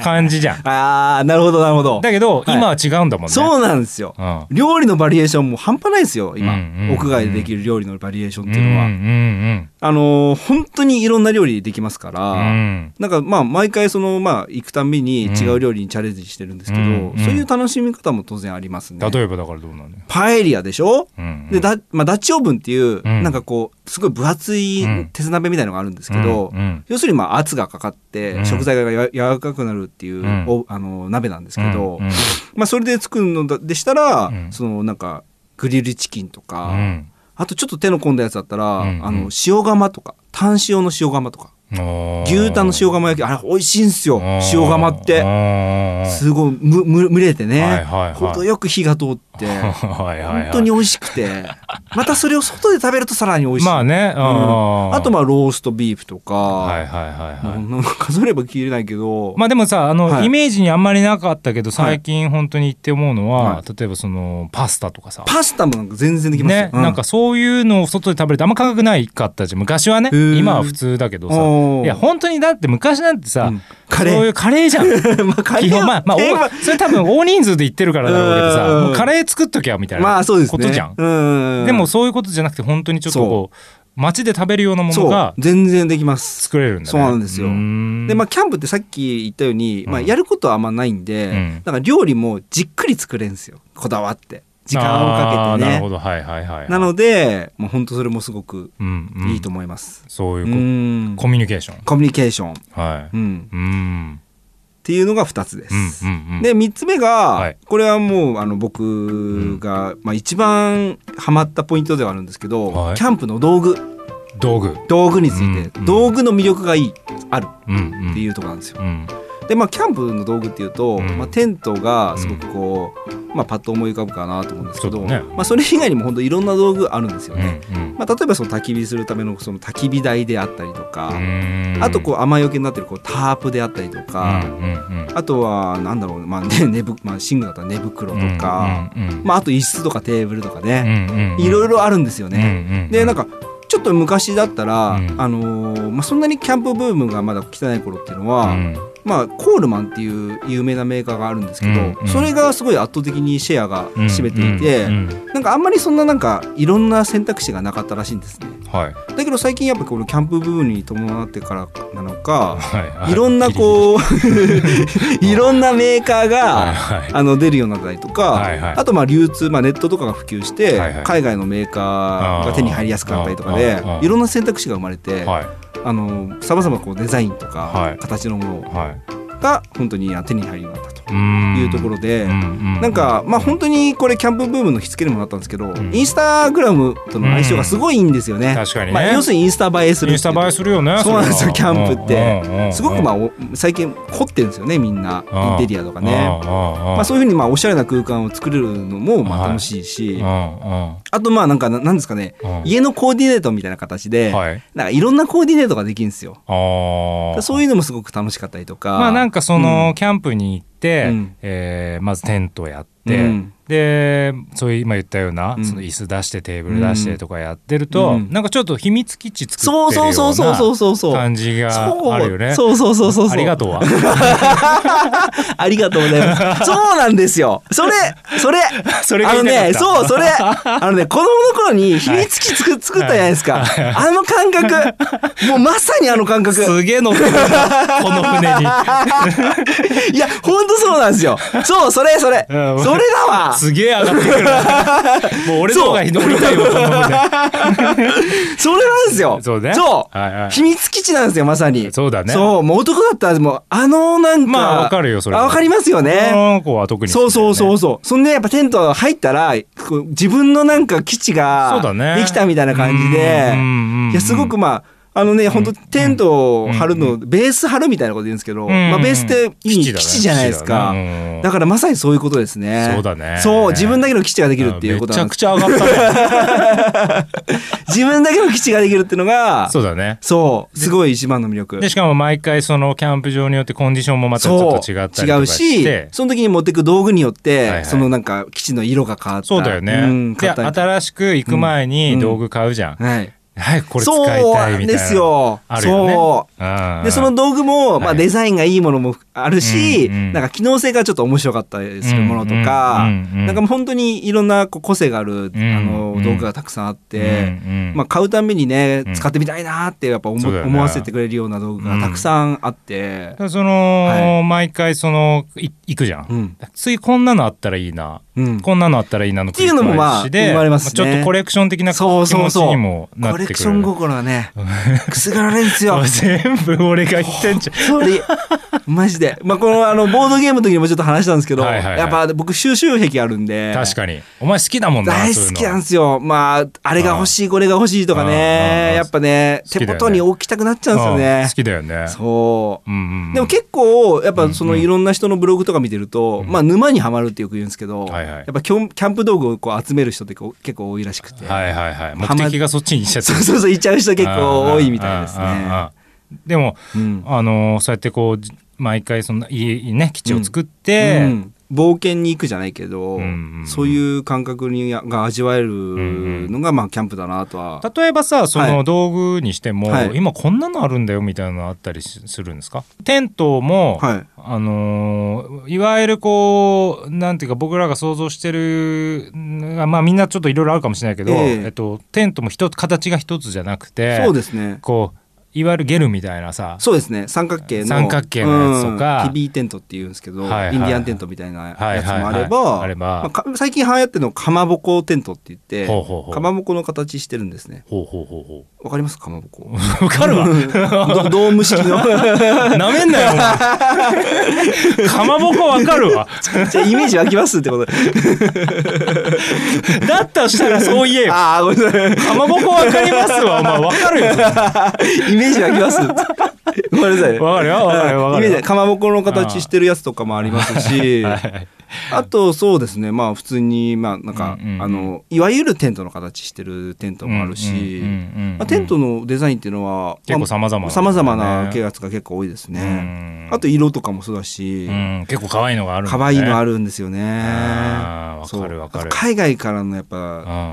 Speaker 1: 感じじゃん。
Speaker 2: ああなるほどなるほど、
Speaker 1: だけど
Speaker 2: はい
Speaker 1: 今は違うんだもんね。
Speaker 2: そうなんですよ。
Speaker 1: うん、うん
Speaker 2: 料理のバリエーションも半端ないですよ今、
Speaker 1: うんうんうん
Speaker 2: 屋外でできる料理のバリエーションっていう
Speaker 1: う
Speaker 2: のは、
Speaker 1: ん
Speaker 2: あのー本当にいろんな料理できますから、
Speaker 1: うんうん
Speaker 2: なんかまあ毎回そのまあ行くたんびに違う料理にチャレンジしてるんですけど、
Speaker 1: うんうん
Speaker 2: そういう楽しみ方も当然ありますね。
Speaker 1: 例えばだからどうなんだよ。
Speaker 2: パエリアでしょ、
Speaker 1: うんうん
Speaker 2: でだまあ、ダッチオーブンっていう、
Speaker 1: うん
Speaker 2: なんかこうすごい分厚い
Speaker 1: うん
Speaker 2: 鉄鍋みたいのがあるんですけど、
Speaker 1: うんうん
Speaker 2: 要するにまあ圧がかかっ
Speaker 1: うん
Speaker 2: て食材がや柔らかくなるっていう、
Speaker 1: うん
Speaker 2: おあの鍋なんですけど、
Speaker 1: うんうん
Speaker 2: まあ、それで作るのだでしたら、
Speaker 1: うん
Speaker 2: そのなんかグリルチキンとか、
Speaker 1: うん
Speaker 2: あとちょっと手の込んだやつだったら、
Speaker 1: うんうん
Speaker 2: あの塩釜とか炭塩の塩釜とか
Speaker 1: おー
Speaker 2: 牛タンの塩釜焼きあれ美味しいんすよ塩釜っ
Speaker 1: お
Speaker 2: て
Speaker 1: ー
Speaker 2: すごいむむ蒸れてね、
Speaker 1: はいはいはい
Speaker 2: 程よく火が通 って
Speaker 1: はいはいはい
Speaker 2: 本当に美味しく てまたそれを外で食べるとさらに美味しい、
Speaker 1: まあね、
Speaker 2: うんあと
Speaker 1: は
Speaker 2: まあローストビーフとか、
Speaker 1: はいはいはい、
Speaker 2: もうなんか数えれば切れないけど、
Speaker 1: まあでもさあの、
Speaker 2: はい
Speaker 1: イメージにあんまりなかったけ
Speaker 2: は
Speaker 1: ど
Speaker 2: い
Speaker 1: 最近本当に言って思うのは、
Speaker 2: は
Speaker 1: 例えばそのパスタとかさ
Speaker 2: パスタもなんか全然できますよ、
Speaker 1: ね、なんかそういうのを外で食べるってあんま感覚ないかったじゃん昔はね
Speaker 2: へー
Speaker 1: 今は普通だけどさ
Speaker 2: おー
Speaker 1: いや本当にだって昔なんてさ、
Speaker 2: うんカレー
Speaker 1: そういうカレーじゃん
Speaker 2: ま あカレ
Speaker 1: 基
Speaker 2: ーは
Speaker 1: 本まあまあ
Speaker 2: 定番
Speaker 1: おそれ多分大人数で行ってるからだろうけどさ
Speaker 2: うん
Speaker 1: もうカレー作っときゃみたいな
Speaker 2: まあそうですね
Speaker 1: ことじゃん、
Speaker 2: うん
Speaker 1: でもそういうことじゃなくて本当にちょっとこう街で食べるようなもの
Speaker 2: そう
Speaker 1: が
Speaker 2: 全然できます
Speaker 1: 作れるんだね
Speaker 2: そうなんですよ
Speaker 1: うーん
Speaker 2: でまあキャンプってさっき言ったように、まあ、
Speaker 1: うん
Speaker 2: やることはあんまないんで、
Speaker 1: うん
Speaker 2: だから料理もじっくり作れんですよこだわって時間をかけ
Speaker 1: あーな
Speaker 2: て
Speaker 1: るほ
Speaker 2: ね
Speaker 1: どはいはいはいはい
Speaker 2: なのでもう本当それもすごく
Speaker 1: うんうん
Speaker 2: いいと思います、
Speaker 1: そういうう
Speaker 2: ー
Speaker 1: こ
Speaker 2: ん
Speaker 1: とコミュニケーション
Speaker 2: コミュニケーション、
Speaker 1: は
Speaker 2: う
Speaker 1: い
Speaker 2: ん、
Speaker 1: うーん
Speaker 2: っていうのが2つで
Speaker 1: う
Speaker 2: す、
Speaker 1: んうんうん
Speaker 2: で3つ目が、
Speaker 1: はい
Speaker 2: これはもうあの僕が、まあ、一番ハマったポイントではあるんですけど、
Speaker 1: はい
Speaker 2: キャンプの道具
Speaker 1: 道具
Speaker 2: 道具について、
Speaker 1: うん
Speaker 2: 道具の魅力がいいある
Speaker 1: うん
Speaker 2: って
Speaker 1: う
Speaker 2: い
Speaker 1: ん
Speaker 2: うところなんですよ。
Speaker 1: うん
Speaker 2: でまあキャンプの道具っていうと、
Speaker 1: うん
Speaker 2: まあ、テントがすごくこう、まあ、パッと思い浮かぶかなと思うんですけど
Speaker 1: そうだね
Speaker 2: まあ、それ以外にも本当いろんな道具あるんですよ
Speaker 1: うん
Speaker 2: ね。
Speaker 1: うん
Speaker 2: まあ、例えばその焚き火するためのその焚き火台であったりとか、
Speaker 1: うーん
Speaker 2: あとこう雨よけになってるこうタープであったりと
Speaker 1: うん
Speaker 2: か、
Speaker 1: うん
Speaker 2: あとはなんだろう、まあね寝ぶまあ、寝具だったら寝袋と
Speaker 1: うん
Speaker 2: か、
Speaker 1: うんうん
Speaker 2: まあ、あと椅子とかテーブルとかね、い
Speaker 1: い
Speaker 2: ろい
Speaker 1: ろ
Speaker 2: ろあるんですよね。
Speaker 1: ね
Speaker 2: でなん
Speaker 1: か
Speaker 2: かちょっと昔だったら、
Speaker 1: うん
Speaker 2: あのーまあ、そんなにキャンプブームがまだ来てない頃っていうのは、まあ、コールマンっていう有名なメーカーがあるんですけど、
Speaker 1: うんうん
Speaker 2: それがすごい圧倒的にシェアが占めていて、なんかあんまりそんななんかいろんな選択肢がなかったらしいんですね。
Speaker 1: はい
Speaker 2: だけど最近やっぱこのキャンプブームに伴ってからなのか、
Speaker 1: はいはい
Speaker 2: いろんなこう いろんなメーカー
Speaker 1: はい
Speaker 2: が
Speaker 1: はい
Speaker 2: あの出るようになったりとか、
Speaker 1: はいはい
Speaker 2: あとまあ流通、まあ、ネットとかが普及して、
Speaker 1: はいはい
Speaker 2: 海外のメーカーが手に入りやすくなったりとか
Speaker 1: あ
Speaker 2: で
Speaker 1: ーあーあー
Speaker 2: いろんな選択肢が生まれて
Speaker 1: はい
Speaker 2: あのさまざまこうデザインと
Speaker 1: は
Speaker 2: か
Speaker 1: い
Speaker 2: 形のもの
Speaker 1: はい
Speaker 2: が本当にあ手に入るようになった
Speaker 1: う
Speaker 2: と
Speaker 1: ーん
Speaker 2: いうところで。
Speaker 1: な
Speaker 2: なんかまあ本当にこれキャンプブームの火付けにもなったんですけど、
Speaker 1: ん
Speaker 2: インスタグラムとの相性がすごいいいんですよね。
Speaker 1: 確かにね
Speaker 2: まあ、要するにインスタ映えする
Speaker 1: イ
Speaker 2: ってい
Speaker 1: ン
Speaker 2: う
Speaker 1: スタ映えするよね
Speaker 2: そうなんですよ
Speaker 1: れは
Speaker 2: キャンプって
Speaker 1: うんうんうん
Speaker 2: すごくまあお最近凝ってるんですよねみんな
Speaker 1: うん
Speaker 2: インテリアとか
Speaker 1: うん
Speaker 2: ね。
Speaker 1: うんうん
Speaker 2: まあ、そういうふうにまあおしゃれな空間を作れるのもま
Speaker 1: は
Speaker 2: あ
Speaker 1: い
Speaker 2: 楽しいし、
Speaker 1: うん
Speaker 2: あとまあなんかななんですかね
Speaker 1: うんうん
Speaker 2: 家のコーディネートみたいな形で、
Speaker 1: はい
Speaker 2: なんかいろんなコーディネートができるんですよ。
Speaker 1: あー
Speaker 2: そういうのもすごく楽しかったりとか。
Speaker 1: まあなん
Speaker 2: か
Speaker 1: かその、
Speaker 2: うん
Speaker 1: キャンプに行って、
Speaker 2: うん
Speaker 1: えーまずテントやって、
Speaker 2: うん
Speaker 1: でそういう今言ったような、
Speaker 2: うん
Speaker 1: その椅子出してテーブル出してとかやってると、
Speaker 2: うん
Speaker 1: なんかちょっと秘密基地作ってるよ
Speaker 2: そうそうそうそうそうそ
Speaker 1: う
Speaker 2: うそ
Speaker 1: な
Speaker 2: う。
Speaker 1: 感じがあるよね。
Speaker 2: そうそうそうそうそう。
Speaker 1: ありが
Speaker 2: とう。
Speaker 1: とうは。
Speaker 2: ありがとうござい ます。そうなんですよ。それ、それ。
Speaker 1: それが
Speaker 2: あ
Speaker 1: 言
Speaker 2: の
Speaker 1: いたか
Speaker 2: ね
Speaker 1: っ、た
Speaker 2: そう、それ。あのね、子供の頃に秘密基地 作作ったじゃないですか。あの感覚。もうまさにあの感覚。
Speaker 1: すげえ乗ってるなこの船に。
Speaker 2: いや、ほんとそうなんですよ。そう、それ、それ。それ
Speaker 1: うん
Speaker 2: だわ。
Speaker 1: すげえ上がってく るな。もう俺の方が乗りたいわこの船。
Speaker 2: それなんですよ。
Speaker 1: そうね
Speaker 2: そう
Speaker 1: はいはい
Speaker 2: 秘密基地なんですよ、まさに。
Speaker 1: そうだね
Speaker 2: そう、もう男だったら、もう、あの、なんか。
Speaker 1: まあわかるよそれ
Speaker 2: あ
Speaker 1: は
Speaker 2: わかりますよ
Speaker 1: こ
Speaker 2: ね。
Speaker 1: の子は特に好きだ
Speaker 2: そ
Speaker 1: よ
Speaker 2: う
Speaker 1: ね、
Speaker 2: そうそうそう。そんで、やっぱテント入ったら、こう自分のなんか基地が
Speaker 1: そうだね。
Speaker 2: できたみたいな感じで
Speaker 1: うんうんうんうん
Speaker 2: いやすごくまああのね本当テントを張るのベース張るみたいなこと言うんですけど、
Speaker 1: うん
Speaker 2: まあ、ベースっていい
Speaker 1: 基地だね
Speaker 2: 基地じゃないですか
Speaker 1: 基地だねうん
Speaker 2: だからまさにそういうことですね
Speaker 1: そうだね
Speaker 2: そう自分だけの基地ができるっていうこと
Speaker 1: めち
Speaker 2: な
Speaker 1: ゃ
Speaker 2: ん
Speaker 1: く
Speaker 2: です
Speaker 1: ちゃ上がったね。
Speaker 2: 自分だけの基地ができるっていうのが
Speaker 1: そうだね。
Speaker 2: そうすごい一番の魅力
Speaker 1: で、しかも毎回そのキャンプ場によってコンディションもまたちょ
Speaker 2: そ
Speaker 1: っと
Speaker 2: う
Speaker 1: 違ったりとかし
Speaker 2: 違う
Speaker 1: て
Speaker 2: し。その時に持ってく道具によって、
Speaker 1: はいはい
Speaker 2: そのなんか基地の色が変わった
Speaker 1: そうだよね。
Speaker 2: うん、
Speaker 1: で、
Speaker 2: 変わったりとか
Speaker 1: 新しく行く前
Speaker 2: う
Speaker 1: に
Speaker 2: ん
Speaker 1: 道具買うじゃん。
Speaker 2: はい
Speaker 1: はい、これ使いたいみたいな。
Speaker 2: そうなんですよ
Speaker 1: あるよね。
Speaker 2: そ
Speaker 1: うん
Speaker 2: でその道具も、ま
Speaker 1: は
Speaker 2: あ、
Speaker 1: い
Speaker 2: デザインがいいものもあるし、
Speaker 1: うんうん
Speaker 2: なんか機能性がちょっと面白かったりするものとか、
Speaker 1: うんうんうん
Speaker 2: なんかもう本当にいろんなこう個性がある、
Speaker 1: ん
Speaker 2: あの
Speaker 1: うん
Speaker 2: 道具がたくさんあっ
Speaker 1: うん
Speaker 2: て、
Speaker 1: うん
Speaker 2: まあ、買うたんびにね
Speaker 1: うん
Speaker 2: 使ってみたいなってやっぱ思,、
Speaker 1: そうだよね
Speaker 2: 思わせてくれるような道具がたくさんあって
Speaker 1: だか、らその、
Speaker 2: は
Speaker 1: 毎回その、い行くじゃん。
Speaker 2: うん
Speaker 1: 次こんなのあったらいいな。
Speaker 2: うん、
Speaker 1: こんなのあったらいいなの繰り返し
Speaker 2: っていうのもまあ
Speaker 1: で
Speaker 2: 生まれますね
Speaker 1: あちょっとコレクション的な気
Speaker 2: そうそう
Speaker 1: 持ち
Speaker 2: そう
Speaker 1: にもなって
Speaker 2: コ
Speaker 1: くる。
Speaker 2: レクション心は ねくすがられるんですよ
Speaker 1: あ。全部俺が言って んじゃん。
Speaker 2: それマジで、まあ、このあのボードゲームの時にもちょっと話したんですけど、
Speaker 1: はいはいはい
Speaker 2: やっぱ僕収集癖あるんで
Speaker 1: 確かに。お前好きだもんな。
Speaker 2: 大
Speaker 1: そうい
Speaker 2: 好
Speaker 1: うの
Speaker 2: きなんですよ。まあ、あれが欲しい、これが欲しいとか
Speaker 1: うんうん
Speaker 2: ね。やっぱね、
Speaker 1: 好
Speaker 2: 手
Speaker 1: きだよね
Speaker 2: 元に置きたくなっちゃうん
Speaker 1: うん
Speaker 2: で
Speaker 1: 好
Speaker 2: すよ
Speaker 1: きだよね
Speaker 2: ね。。そう。
Speaker 1: うんうん、
Speaker 2: でも結構、やっぱそ
Speaker 1: うん
Speaker 2: の
Speaker 1: うん
Speaker 2: いろんな人のブログとか見てると、まあ沼にはまるってよく言うんですけど、
Speaker 1: はいはい
Speaker 2: やっぱキョンキャンプ道具をこう集める人ってこう結構多いらしくて。
Speaker 1: はいはいはい
Speaker 2: ま
Speaker 1: 目的がそっちにしちゃって
Speaker 2: そう
Speaker 1: る
Speaker 2: そうそう、行っちゃう人結構多いみたいです
Speaker 1: あー
Speaker 2: ね。
Speaker 1: あーあーあーでも
Speaker 2: うん
Speaker 1: あのーそうやってこうじ毎回そんな家ね基地を作って、
Speaker 2: うん冒険に行くじゃないけど、
Speaker 1: うんうん
Speaker 2: そういう感覚にが味わえるのがまあキャンプだなとは、
Speaker 1: 例えばさそ
Speaker 2: は
Speaker 1: の
Speaker 2: い
Speaker 1: 道具にしても、
Speaker 2: はい
Speaker 1: 今こんなのあるんだよみたいなのあったりしするんですかテントも、
Speaker 2: はい
Speaker 1: あのーいわゆるこうなんていうか僕らが想像してるんまあみんなちょっといろいろあるかもしれないけど、
Speaker 2: え
Speaker 1: え
Speaker 2: え
Speaker 1: っと、テントも一つ形が一つじゃなくて
Speaker 2: そうですね
Speaker 1: こういわゆるゲルみたいなさ
Speaker 2: そうですね三角形の
Speaker 1: 三角形のやつと
Speaker 2: う
Speaker 1: か
Speaker 2: んキビーテントっていうんですけど、
Speaker 1: はいはいはい
Speaker 2: インディアンテントみたいな
Speaker 1: はい
Speaker 2: やつ
Speaker 1: はい
Speaker 2: も
Speaker 1: は
Speaker 2: あ
Speaker 1: い
Speaker 2: れば,、
Speaker 1: あれば
Speaker 2: まあか最近流行ってるのはかまぼこテントって言って
Speaker 1: ほうほうほう
Speaker 2: かまぼこの形してるんですね
Speaker 1: ほうほうほうほ
Speaker 2: わかりますかまぼ こ
Speaker 1: うわかるわ
Speaker 2: ドドーム 式の
Speaker 1: なめんなよお前かまぼこわかるわ
Speaker 2: じゃあイメージ湧きますってことで
Speaker 1: だったらしたらそう言えよ
Speaker 2: ああごめんなさい
Speaker 1: かまぼこわかりますわお前わかるよ
Speaker 2: イメージ湧きます。ごめんな さい。
Speaker 1: わかるよわかるよわかるよ
Speaker 2: イメージかまぼこの形してるやつとかもありますし、あとそうですね、まあ普通に、まあなんか、
Speaker 1: うんうんうん
Speaker 2: あの、いわゆるテントの形してるテントもあるし
Speaker 1: うんうんうんうんうん、
Speaker 2: まあテントのデザインっていうのは、
Speaker 1: 結構様々なんだよね
Speaker 2: まあ様々なケアツが結構多いですね
Speaker 1: う。ん
Speaker 2: あと色とかもそうだし、
Speaker 1: うん結構可愛いのがあるんだね
Speaker 2: 可愛いのあるんですよね。
Speaker 1: あー
Speaker 2: そう
Speaker 1: わかるわかる
Speaker 2: あと海外からのやっ
Speaker 1: う
Speaker 2: ぱ、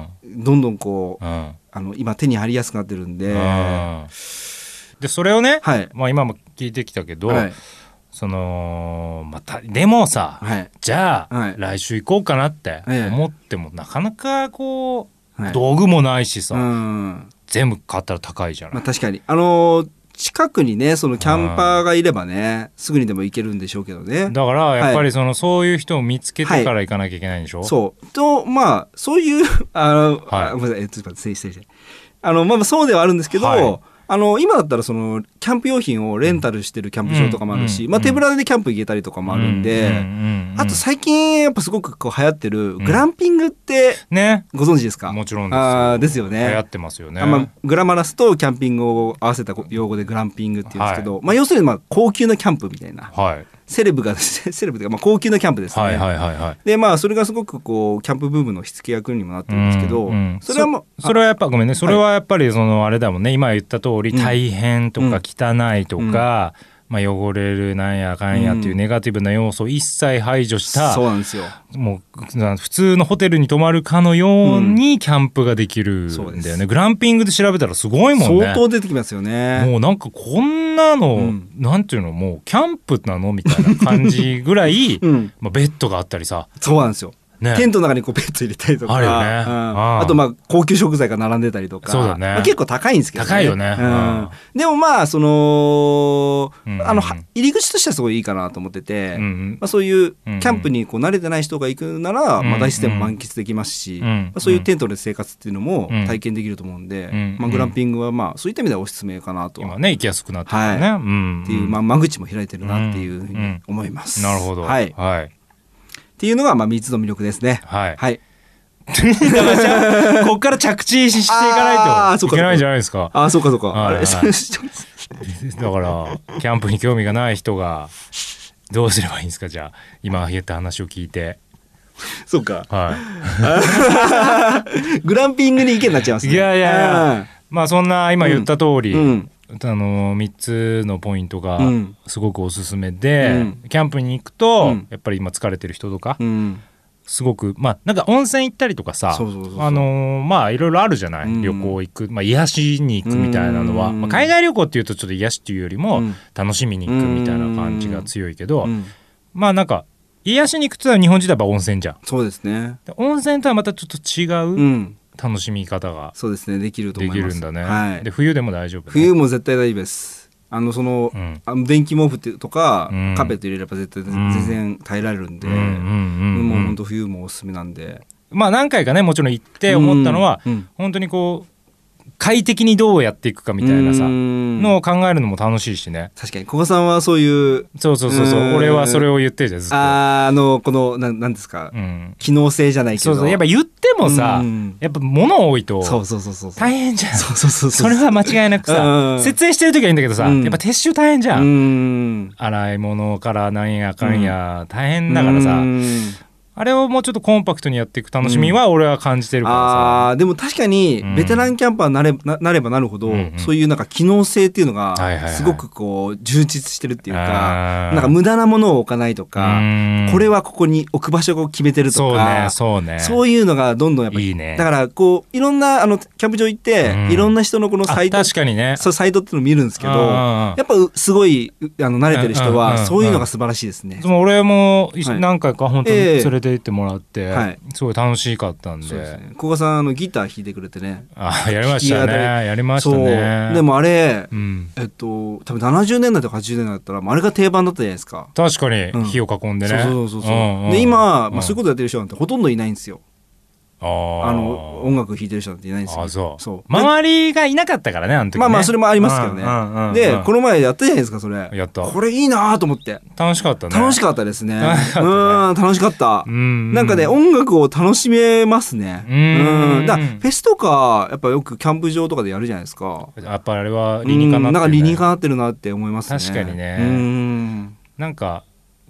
Speaker 1: ん
Speaker 2: どんどんこう、
Speaker 1: うん
Speaker 2: あの、今手に入りやすくなってるんで、は
Speaker 1: うんでそれをね、
Speaker 2: はい
Speaker 1: まあ、今も聞いてきたけ
Speaker 2: い。
Speaker 1: ど、
Speaker 2: はい。
Speaker 1: そのまたでもさ、じゃあ、
Speaker 2: はい
Speaker 1: 来週行こうかなって
Speaker 2: ええ
Speaker 1: 思っても、なかなかこう、
Speaker 2: はい
Speaker 1: 道具もないしさ、
Speaker 2: うん。
Speaker 1: 全部買ったら高いじゃない、
Speaker 2: まあ確かに。あのー近くにね、そのキャンパーがいればね、すぐにでも行けるんでしょうけどね。
Speaker 1: だからやっぱ
Speaker 2: は
Speaker 1: りその、そういう人を見つけてから行かなきゃいけないんでしょ、
Speaker 2: そう。と、まあ、そういう、あの、
Speaker 1: はい
Speaker 2: あごめんなさい、えっと、ちょっと待って失礼して。あの、まあまあ、そうではあるんですけど、
Speaker 1: はい
Speaker 2: あの、今だったら、その、キャンプ用品をレンタルしてるキャンプ場とかもあるし、
Speaker 1: うん
Speaker 2: まあ、手ぶらでキャンプ行けたりとかもあるんで、
Speaker 1: ううんうん
Speaker 2: あと最近、やっぱすごくこう流行ってる、グランピングって
Speaker 1: ね
Speaker 2: ご存知ですか
Speaker 1: もちろんですよ
Speaker 2: あーですよね。
Speaker 1: 流行ってますよね、
Speaker 2: あまあ、グラマラスとキャンピングを合わせた用語でグランピングって言うんですけど、
Speaker 1: は
Speaker 2: まあ、要するにまあ高級なキャンプみたいな
Speaker 1: はい、
Speaker 2: セレブが セレブというかまあ高級なキャンプですね。
Speaker 1: はいはいはいはい
Speaker 2: でまあそれがすごくこうキャンプブームの火付け役にもなってるんですけど、
Speaker 1: うんうん
Speaker 2: それはもう
Speaker 1: そそれはやっぱごめんねそれはやっぱりそのあれだもんね今言った通り
Speaker 2: うん
Speaker 1: 大変とか汚いとか、まあ、汚れるなんやかんやっていう
Speaker 2: うん
Speaker 1: ネガティブな要素を一切排除した、
Speaker 2: そうなんですよ。
Speaker 1: もう普通のホテルに泊まるかのようにキャンプができるん
Speaker 2: そうで
Speaker 1: だよね、
Speaker 2: す
Speaker 1: グランピングで調べたらすごいもんね
Speaker 2: 相当出てきますよね。
Speaker 1: もうなんかこんなの、
Speaker 2: うん
Speaker 1: なんていうのもうキャンプなのみたいな感じぐらい、
Speaker 2: うん、
Speaker 1: まあ、ベッドがあったりさ
Speaker 2: そうなんですよ。
Speaker 1: ね
Speaker 2: テントの中にこうベッド入れたりとか、
Speaker 1: あるよね
Speaker 2: うん
Speaker 1: あー
Speaker 2: あとまあ高級食材が並んでたりとか、
Speaker 1: そうだね
Speaker 2: まあ結構高いんですけどね。
Speaker 1: 高いよね
Speaker 2: う
Speaker 1: うん
Speaker 2: ん、でもまあその、
Speaker 1: うん
Speaker 2: あのは入り口としてはすごいいいかなと思ってて、
Speaker 1: うんうん
Speaker 2: まあ、そういうキ
Speaker 1: うんうん
Speaker 2: ャンプにこう慣れてない人が行くなら、
Speaker 1: うんう
Speaker 2: まあ、
Speaker 1: ん
Speaker 2: 大自然も満喫できますし、
Speaker 1: うん
Speaker 2: まあ、そういうテントで生活っていうのも
Speaker 1: うん
Speaker 2: 体験できると思うんで、
Speaker 1: うん
Speaker 2: まあ、グランピングはまあそういった意味ではおすすめかなとは
Speaker 1: 今ね行きやすくなってるよね、うん
Speaker 2: っていう、まあ、間口も開いてるなっていうふうに思います。
Speaker 1: なるほど。
Speaker 2: はい、っ
Speaker 1: はい。
Speaker 2: ていうのがまあ3つの魅力ですね。
Speaker 1: はい。
Speaker 2: はい、
Speaker 1: だからじゃあこっから着地していかな
Speaker 2: あー
Speaker 1: い
Speaker 2: そ
Speaker 1: という
Speaker 2: か
Speaker 1: けないじゃないですか。
Speaker 2: ああそうかそうか。
Speaker 1: はい
Speaker 2: あ
Speaker 1: はい
Speaker 2: れそうちょっと
Speaker 1: だから、キャンプに興味がない人が、どうすればいいんですかじゃあ、今言った話を聞いて。
Speaker 2: そうか。
Speaker 1: は
Speaker 2: グランピングに意見になっちゃいます
Speaker 1: い。
Speaker 2: ね。
Speaker 1: いやいやいや、まあそんな今言った通り、
Speaker 2: うんうん
Speaker 1: あの3つのポイントが
Speaker 2: うん
Speaker 1: すごくおすすめで、
Speaker 2: うん
Speaker 1: キャンプに行くと、
Speaker 2: うん
Speaker 1: やっぱり今疲れてる人とか、
Speaker 2: うん。うん
Speaker 1: すごくまあなんか温泉行ったりとかさ
Speaker 2: そうそうそうそう
Speaker 1: あのーまあいろいろあるじゃない、
Speaker 2: うん
Speaker 1: 旅行行く、まあ、癒しに行くみたいなのは、
Speaker 2: うん
Speaker 1: まあ海外旅行っていうとちょっと癒しっていうより
Speaker 2: う
Speaker 1: も、
Speaker 2: ん
Speaker 1: 楽しみに行くみたいな感じが強いけど、
Speaker 2: うん
Speaker 1: まあなんか癒しに行くってのは日本人だと温泉じゃん
Speaker 2: そうですね。
Speaker 1: で温泉とはまたちょっと
Speaker 2: う。
Speaker 1: 違うん楽しみ方が
Speaker 2: そうですね。できると
Speaker 1: で
Speaker 2: 思
Speaker 1: き
Speaker 2: います。
Speaker 1: るんだね、
Speaker 2: はい
Speaker 1: で。冬でも大丈夫、ね、
Speaker 2: 冬も絶対大丈夫ですあのその,、
Speaker 1: うん
Speaker 2: あの電気毛布ってとか、
Speaker 1: うん
Speaker 2: カーペット入れれば絶対
Speaker 1: ん
Speaker 2: 全然耐えられるんで、
Speaker 1: うんうんうん
Speaker 2: もう
Speaker 1: う
Speaker 2: 本
Speaker 1: ん
Speaker 2: 当冬もおすすめなんで
Speaker 1: まあ何回かねもちろん行って思ったのは、
Speaker 2: うんうん
Speaker 1: 本当にこう快適にどうやっていくかみたいなさ、
Speaker 2: うん
Speaker 1: のを考えるのも楽しいしね
Speaker 2: 確かに古賀さんはそういう
Speaker 1: そうそうそうそう
Speaker 2: うーん
Speaker 1: 俺はそれを言ってるじゃんずっと、
Speaker 2: あーあのこのなんなんですか、
Speaker 1: うん、
Speaker 2: 機能性じゃないけ
Speaker 1: そ
Speaker 2: ど
Speaker 1: うそうやっぱ言ってもさ
Speaker 2: うん
Speaker 1: やっぱ物多いと
Speaker 2: そうそうそうそう
Speaker 1: 大変じゃん
Speaker 2: そうそうそう
Speaker 1: それは間違いなく
Speaker 2: うん
Speaker 1: さ
Speaker 2: うん
Speaker 1: 設営してる時はいいんだけどさや
Speaker 2: うん
Speaker 1: っぱ撤収大変じゃ
Speaker 2: うんん
Speaker 1: 洗い物からなんやかんや大変だからさ
Speaker 2: うん
Speaker 1: ああれをもうちょっとコンパクトにやっていく楽しみは俺は感じてるからさ、
Speaker 2: あーでも確かに
Speaker 1: うん
Speaker 2: ベテランキャンパーになれななればなるほど、
Speaker 1: うんうん
Speaker 2: そういうなんか機能性っていうのが
Speaker 1: はいはいはい
Speaker 2: すごくこう充実してるっていうか、
Speaker 1: あー
Speaker 2: なんか無駄なものを置かないとか、
Speaker 1: うん
Speaker 2: これはここに置く場所を決めてると
Speaker 1: そうね
Speaker 2: か。
Speaker 1: そうね
Speaker 2: そういうのがどんどんやっぱり
Speaker 1: いいね
Speaker 2: だからこういろんなあのキャンプ場行って、
Speaker 1: うん
Speaker 2: いろんな人のこの
Speaker 1: あ
Speaker 2: サイト
Speaker 1: 確かにね
Speaker 2: そうサイトっていうのを見るんですけど
Speaker 1: うんうんうん
Speaker 2: やっぱうすごいうあの慣れてる人
Speaker 1: うんうんうんう
Speaker 2: は
Speaker 1: ん
Speaker 2: そういうのが素晴らしいですね
Speaker 1: で。も俺もい
Speaker 2: はい
Speaker 1: 何回か本当に
Speaker 2: ええ
Speaker 1: 連れて行ってもらって、
Speaker 2: はい
Speaker 1: すごい楽しかったんで
Speaker 2: そうですね。古賀さんあのギター弾いてくれてね。
Speaker 1: あやりまし
Speaker 2: 弾
Speaker 1: た
Speaker 2: き語
Speaker 1: ねやりました
Speaker 2: そ
Speaker 1: ね
Speaker 2: うでもあれ
Speaker 1: うん、
Speaker 2: えっと、多分70年代とか80年代だったら、もうあれが定番だったじゃないですか。
Speaker 1: 確かに
Speaker 2: うん
Speaker 1: 火を囲んでね、
Speaker 2: そうそうそうそう。
Speaker 1: んん
Speaker 2: で、今、まあ、そういうこ
Speaker 1: こ
Speaker 2: とやってる人なんてほとんどいないんですよ。
Speaker 1: とあ
Speaker 2: あの、音楽弾いてる人なんていないんですよ。
Speaker 1: あそう
Speaker 2: そう
Speaker 1: 周りがいなかったからねあの時ね
Speaker 2: まあまあ、それもありますけど
Speaker 1: うんうんう
Speaker 2: ね。
Speaker 1: んうん
Speaker 2: で、この前やったじゃないですか、それ。
Speaker 1: やった
Speaker 2: これいいなと思って。
Speaker 1: 楽しかったね
Speaker 2: 楽し
Speaker 1: かっ
Speaker 2: かったですね。う
Speaker 1: 楽しか
Speaker 2: ん、
Speaker 1: ったね
Speaker 2: 楽しかった
Speaker 1: う。ん
Speaker 2: なんかね、音楽を楽しめますね。
Speaker 1: うん
Speaker 2: だからフェスとか、やっぱよくキャンプ場とかでやるじゃないですか。
Speaker 1: やっぱあれは理にかな
Speaker 2: う
Speaker 1: っ
Speaker 2: ん
Speaker 1: て
Speaker 2: なんか
Speaker 1: るね
Speaker 2: 理にかなってるなって思いますね。
Speaker 1: 確かにね
Speaker 2: うん。
Speaker 1: なんか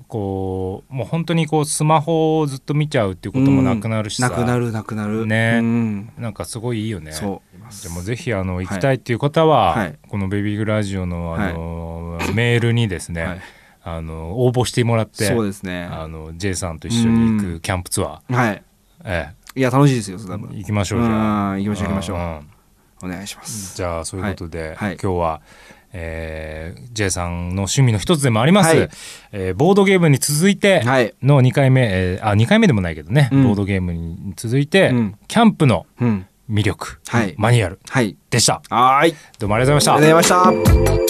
Speaker 1: こうもう本当にこうスマホをずっと見ちゃうっていうこともなくなるしさ、
Speaker 2: なくなるなくなる
Speaker 1: ね
Speaker 2: うん
Speaker 1: なんかすごいいいよね
Speaker 2: そう
Speaker 1: でもぜひあの行きたいっていう方は、
Speaker 2: はい
Speaker 1: この「ベビーグラジオの」あの、メールにですね、
Speaker 2: はい
Speaker 1: あの応募してもらって
Speaker 2: そうですね
Speaker 1: あの J さんと一緒に行
Speaker 2: う
Speaker 1: くキャンプツア
Speaker 2: はい
Speaker 1: ー、え
Speaker 2: いや楽しいですよそれ多
Speaker 1: え、
Speaker 2: 分
Speaker 1: 行きましょうじゃあ
Speaker 2: うん行きましょう行きましょうんお願いします
Speaker 1: じゃあそういうことで、
Speaker 2: いはい
Speaker 1: 今日は、えー、J さんの趣味の一つでもあります、
Speaker 2: はい
Speaker 1: えーボードゲームに続いて
Speaker 2: はい
Speaker 1: の2回目、えーあ2回目でもないけどね、
Speaker 2: うん
Speaker 1: ボードゲームに続いて、
Speaker 2: うん
Speaker 1: キャンプの
Speaker 2: うん
Speaker 1: 魅力、
Speaker 2: はい
Speaker 1: マニュアル
Speaker 2: はい
Speaker 1: でした
Speaker 2: はーい
Speaker 1: どうもありがとうございました
Speaker 2: ありがとうございました